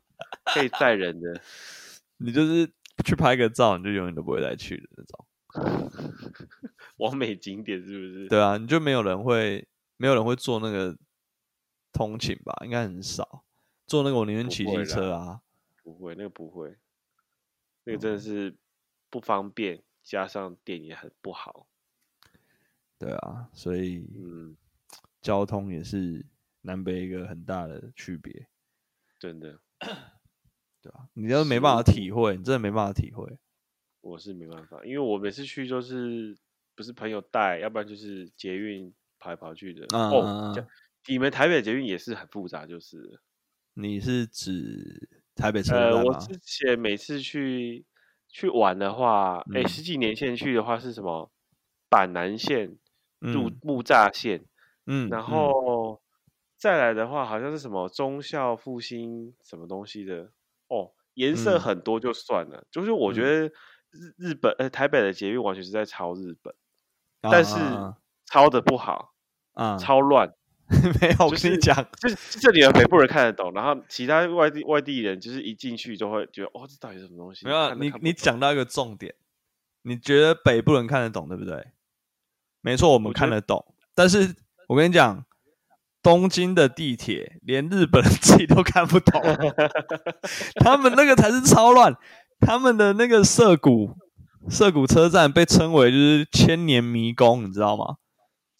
可以载人的。 你就是去拍个照，你就永远都不会再去的那种。完美景点是不是？对啊，你就没有人会，没有人会做那个通勤吧？应该很少。做那个我宁愿不骑会机啦车啊。不会，那个不会，那个真的是不方便，加上电也很不好。对啊，所以嗯，交通也是南北一个很大的区别，真的，对吧、你都没食办法物体会，你真的没办法体会。我是没办法，因为我每次去都是不是朋友带，要不然就是捷运跑来跑去的。嗯哦，这嗯嗯你们台北的捷运也是很复杂，就是了。你是指台北车呃，站我吗？之前每次去去玩的话，哎、嗯十几年前去的话是什么？板南线、入嗯木栅线，嗯，然嗯后再来的话好像是什么忠孝复兴什么东西的哦，颜色嗯很多就算了，就是我嗯觉得日日本呃台北的捷运完全是在抄日本，但是啊抄的不好，啊啊啊超乱， 没有，我就跟你是讲，就是这里的北部人看得懂，然后其他外地外地人就是一进去就会觉得，哦，这到底是什么东西？没有啊，看都你看不你懂讲到一个重点，你觉得北部人看得懂，对不对？没错，我们我觉看得得懂，但是我跟你讲，东京的地铁连日本人自己都看不 懂，他们那个才是超乱，他们的那个涩谷涩谷车站被称为就是千年迷宫，你知道吗？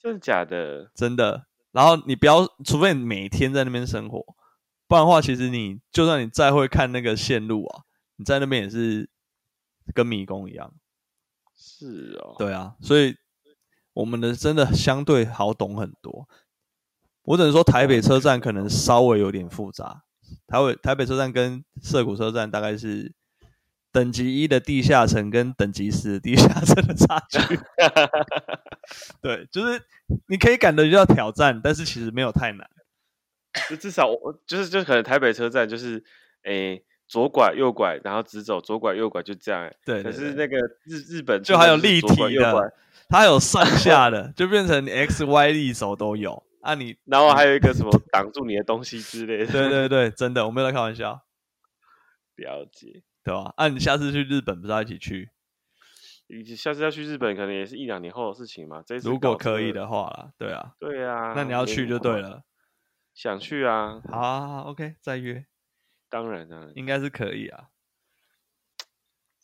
真的假的？真的。然后你不要，除非你每天在那边生活，不然的话，其实你就算你再会看那个线路啊，你在那边也是跟迷宫一样。是哦，对啊，所以我们的真的相对好懂很多。我只能说台北车站可能稍微有点复杂，台北台北车站跟涩谷车站大概是等级一的地下层跟等级十的地下层的差 距。对，就是你可以感觉到挑战，但是其实没有太难。就至少我就是就是可能台北车站就是，诶，左拐右拐，然后直走，左拐右拐就这样。对可对是对那个日日本就出还门有是立左拐体右拐的，它有上下的，就变成你 X、Y 立手都有。啊你，然后还有一个 什么挡住你的东西之类的。对对对，真的，我没有在开玩笑，了解。对吧、啊？你下次去日本不是要一起去？以及下次要去日本，可能也是一两年后的事情嘛。这一次如果搞这可以个，的话啦，对啊，对啊，那你要去就对。了。想去啊，好啊好啊，OK，再约，当然当然，应该是可以啊。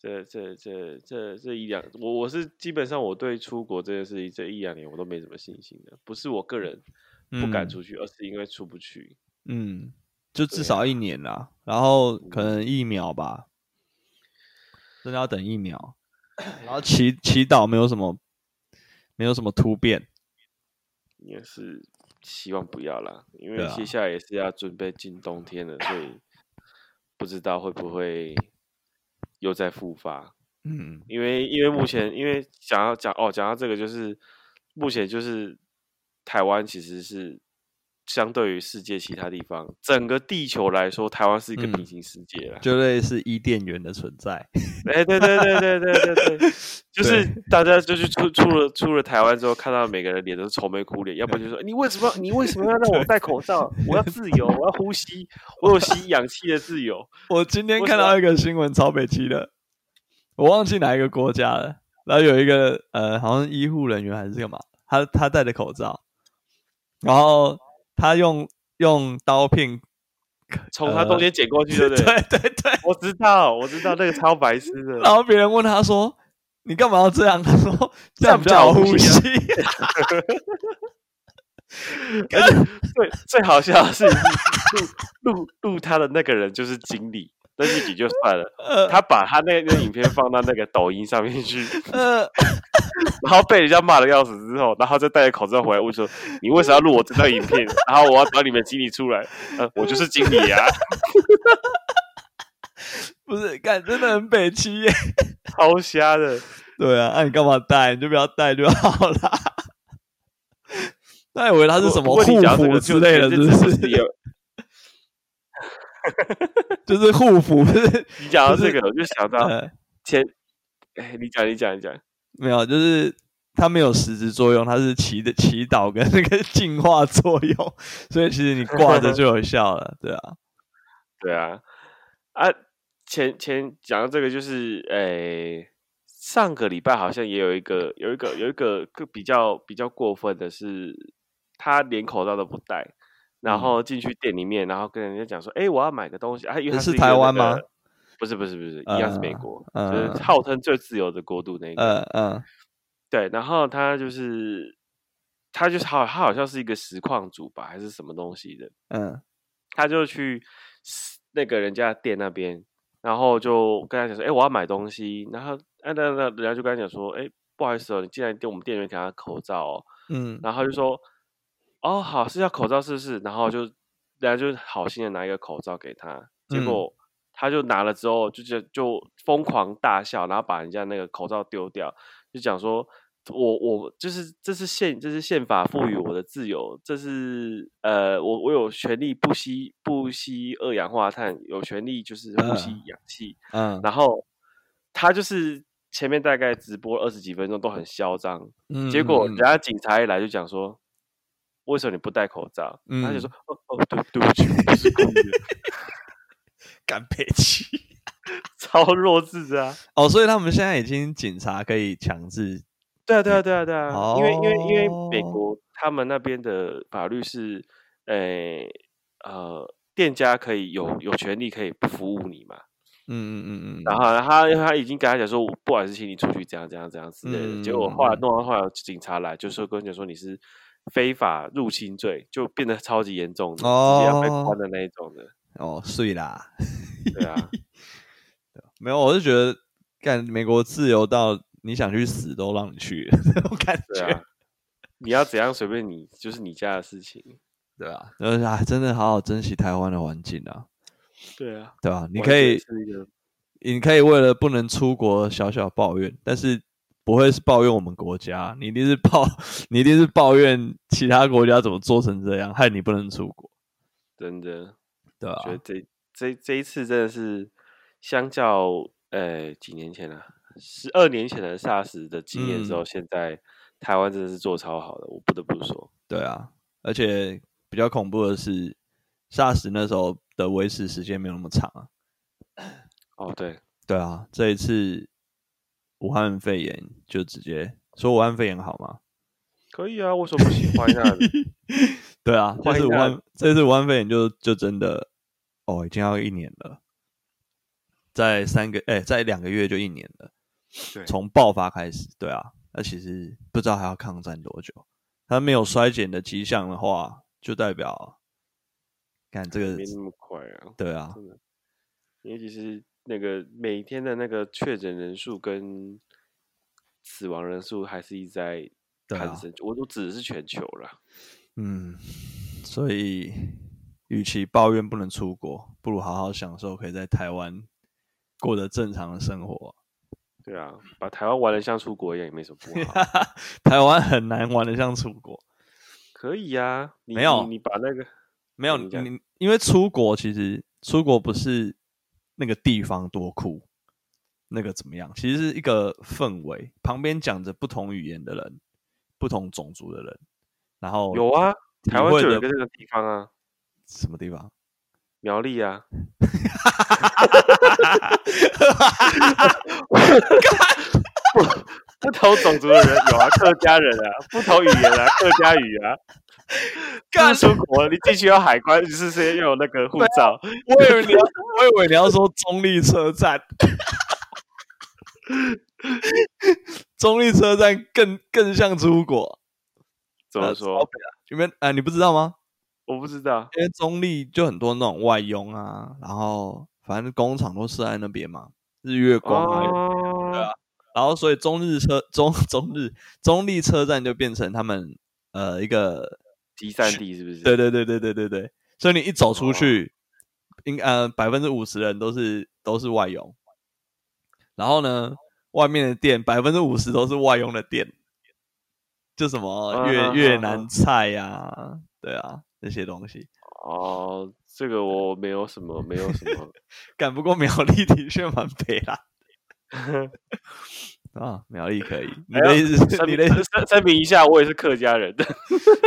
这这这这这一两，我我是基本上我对出国这件事情这一两年我都没什么信心的，不是我个人不敢嗯出去，而是因为出不去。嗯，就至对啊嗯少一年啦，然后可能疫苗吧，真的要等疫苗。 然后祈祈祷没有什么，没有什么突变。也是希望不要啦，因对为啊接下来也是要准备进冬天了，所以不知道会不会又再复发。嗯，因为因为目前因为想要讲哦，讲到这个就是目前就是台湾其实是相对于世界其他地方，整个地球来说，台湾是一个嗯平行世界啦。就类似伊甸园的存在。哎、对对对对对对对，就是对大家就是出出了出了台湾之后，看到每个人脸都是愁眉苦脸，要不然就说你为什么你为什么要让我戴口罩？我要自由，我要呼吸，我有吸氧气的自由。我今天为看什么到一个新闻，超北七的，我忘记哪一个国家了。然后有一个呃，好像医护人员还是干嘛，他他戴着口罩，然后他用用刀片，从他中间剪过去，对不对对对？对，我知道，我知道那个超白痴的，然后别人问他说：“你干嘛要这样？”他说：“这这样样比比较较好好呼呼吸吸啊。而且最最好笑的是录录录他的那个人就是经理，那自己就算了，呃”他把他那个影片放到那个抖音上面去。呃，然后被人家骂的要死之后，然后再戴着口罩回来问说：“你为啥要录我这段影片？然后我要找你们经理出来。”呃，我就是经理啊，不是，干真的很北七耶。超瞎的。对啊，那、你干嘛戴？你就不要戴就好啦。 那以为他是什么护问你讲到这肤个之类的，就是是不不是是？有就是护肤，不是？你讲到不是这个，我就想到呃，前，哎，你讲，你讲，你讲，没有，就是它没有实质作用，它是祈的祈祷跟那个净化作用，所以其实你挂着就有效了，对啊。对啊，啊，前前讲到这个就是，哎，上个礼拜好像也有一个有一个有一个更比较比较过分的是，他连口罩都不戴。然嗯后进去店里面，然后跟人家讲说：“哎，我要买个东西。”啊，因为这他是一个台湾那个吗？不是不是不是，一样是美呃国，就呃是号称最自由的国度那个。嗯嗯对，然后他就是他就是好，他好像是一个实况主吧，还是什么东西的，嗯他就去实那个人家的店那边，然后就跟他讲说：“哎，我要买东西。”然后哎，那那人家就跟他讲说：“哎，不好意思哦，你进来店我们店员给他口罩哦。”嗯然后他就说：“哦，好是要口罩是不是？”然后就人家就好心的拿一个口罩给他，结嗯果他就拿了之后就就就疯狂大笑，然后把人家那个口罩丢掉，就讲说。我我就是这是宪这是宪法赋予我的自由，这是呃我我有权利不吸不吸二氧化碳，有权利就是呼吸嗯氧气，嗯然后他就是前面大概直播二十几分钟都很嚣张，嗯，结果嗯人家警察一来就讲说，为什么你不戴口罩？嗯他就说哦哦，对对不起，我不是故意的，干北齐。超弱智的啊！哦，所以他们现在已经警察可以强制对啊，对啊，对啊，对啊，因为因为因为美哦国他们那边的法律是，诶呃，店家可以有有权利可以不服务你嘛，嗯嗯嗯嗯，然后他他已经跟他讲说，我不好意思，请你出去，这样这样这样之类的。结果后来嗯弄到后来，警察来就说跟你讲说你是非法入侵罪，就变得超级严重的，直接要被哦关的那一种的。哦，碎啦，对啊，没有，我是觉得干美国自由到你想去死都让你去 的那种感对觉，啊，你要怎样随便你，就是你家的事情。对啊，就是啊，真的好好珍惜台湾的环境啊， 对啊，对啊，你我可觉得以，是一个你可以为了不能出国小小抱怨，但是不会是抱怨我们国家，你一定是抱， 你一定是抱怨其他国家怎么做成这样，害你不能出国，真的，对啊觉，得这这这一次真的是相较呃几年前啊，十二年前的 SARS 的经验之嗯后，现在台湾真的是做超好的，我不得不说。对啊，而且比较恐怖的是，SARS 那时候的维持时间没有那么长啊。哦，对，对啊，这一次武汉肺炎就直接说武汉肺炎好吗？可以啊，为什么不喜欢啊？ 对 啊，这欢次迎武大家汉这次武汉肺炎就就真的哦，已经要一年了，在三个哎、在两个月就一年了，对从爆发开始，对啊，那其实不知道还要抗战多久，它没有衰减的迹象的话，就代表看这个没那么快啊，对啊，真的，因为其实那个每天的那个确诊人数跟死亡人数还是一直在对攀啊升，我都指的是全球啦。嗯，所以与其抱怨不能出国，不如好好享受可以在台湾过得正常的生活。对啊，把台湾玩的像出国一样也没什么不好。 台湾很难玩的像出国，可以呀、你没有你你把那个没有嗯你讲你，因为出国其实出国不是那个地方多酷，那个怎么样，其实是一个氛围，旁边讲着不同语言的人，不同种族的人，然后有啊，哦体台湾会就有的一个这个地方啊，什么地方？苗栗啊， 不同种族的人有啊，客家人啊，不同语言啊，客家语 啊，干啊刚出国你进去要海关，你是先要有那个护照，我以为你要，我以为你要说中立车站， 中立车站更更像出国。怎么呃说？超北啊因为啊，你不知道吗？我不知道，因为中立就很多那种外佣啊，然后反正工厂都设在那边嘛，日月光啊，对啊哦，然后所以中日车中中日中立车站就变成他们呃一个，集散地是不是？对对对对对对对，所以你一走哦出去，应呃百分之五十人都是都是外佣，然后呢，外面的店百分之五十都是外佣的店，就什么越、嗯嗯嗯越嗯南菜呀、对啊那些东西。哦，这个我没有什么，没有什么，干不过苗栗的确蛮北啦。 啊，苗栗可以。哎你的意思是，声你明的意思，声声明一下，我也是客家人，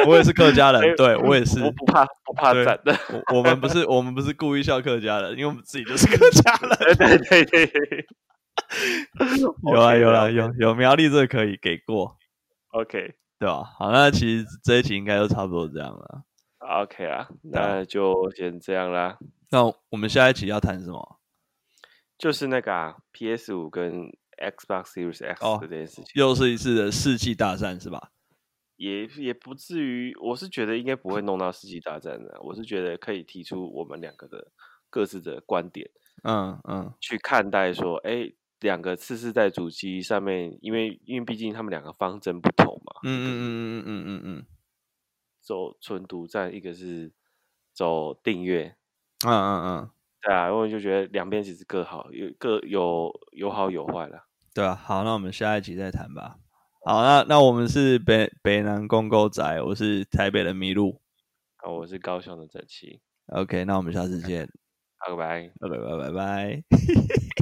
我也是客家哎 人，嗯对我也是。我不怕不怕对战的。我我们不是我们不是故意笑客家人，因为我们自己就是客家 人。 对对对对，有啊 OK 有啊的有有苗栗这个可以给过， ，OK 对吧？好，那其实这一集应该就差不多这样了。 OK 啊，那就先这样啦。那我们下一集要谈什么？就是那个啊，PS 五跟 Xbox Series X 哦的这件事情，又是一次的世纪大战是吧？也也不至于，我是觉得应该不会弄到世纪大战的。我是觉得可以提出我们两个的各自的观点嗯嗯去看待，说，哎，两个次世代主机上面，因为因为毕竟他们两个方针不同嘛，嗯嗯嗯嗯嗯嗯嗯走纯独占，一个是走订阅，嗯嗯嗯，对啊，我就觉得两边其实各好，有各有有好有坏啦。对啊，好，那我们下一集再谈吧。好，那那我们是北北南公狗仔，我是台北的麋鹿。啊，我是高雄的整齐， OK，那我们下次见，好，拜拜。拜拜拜拜。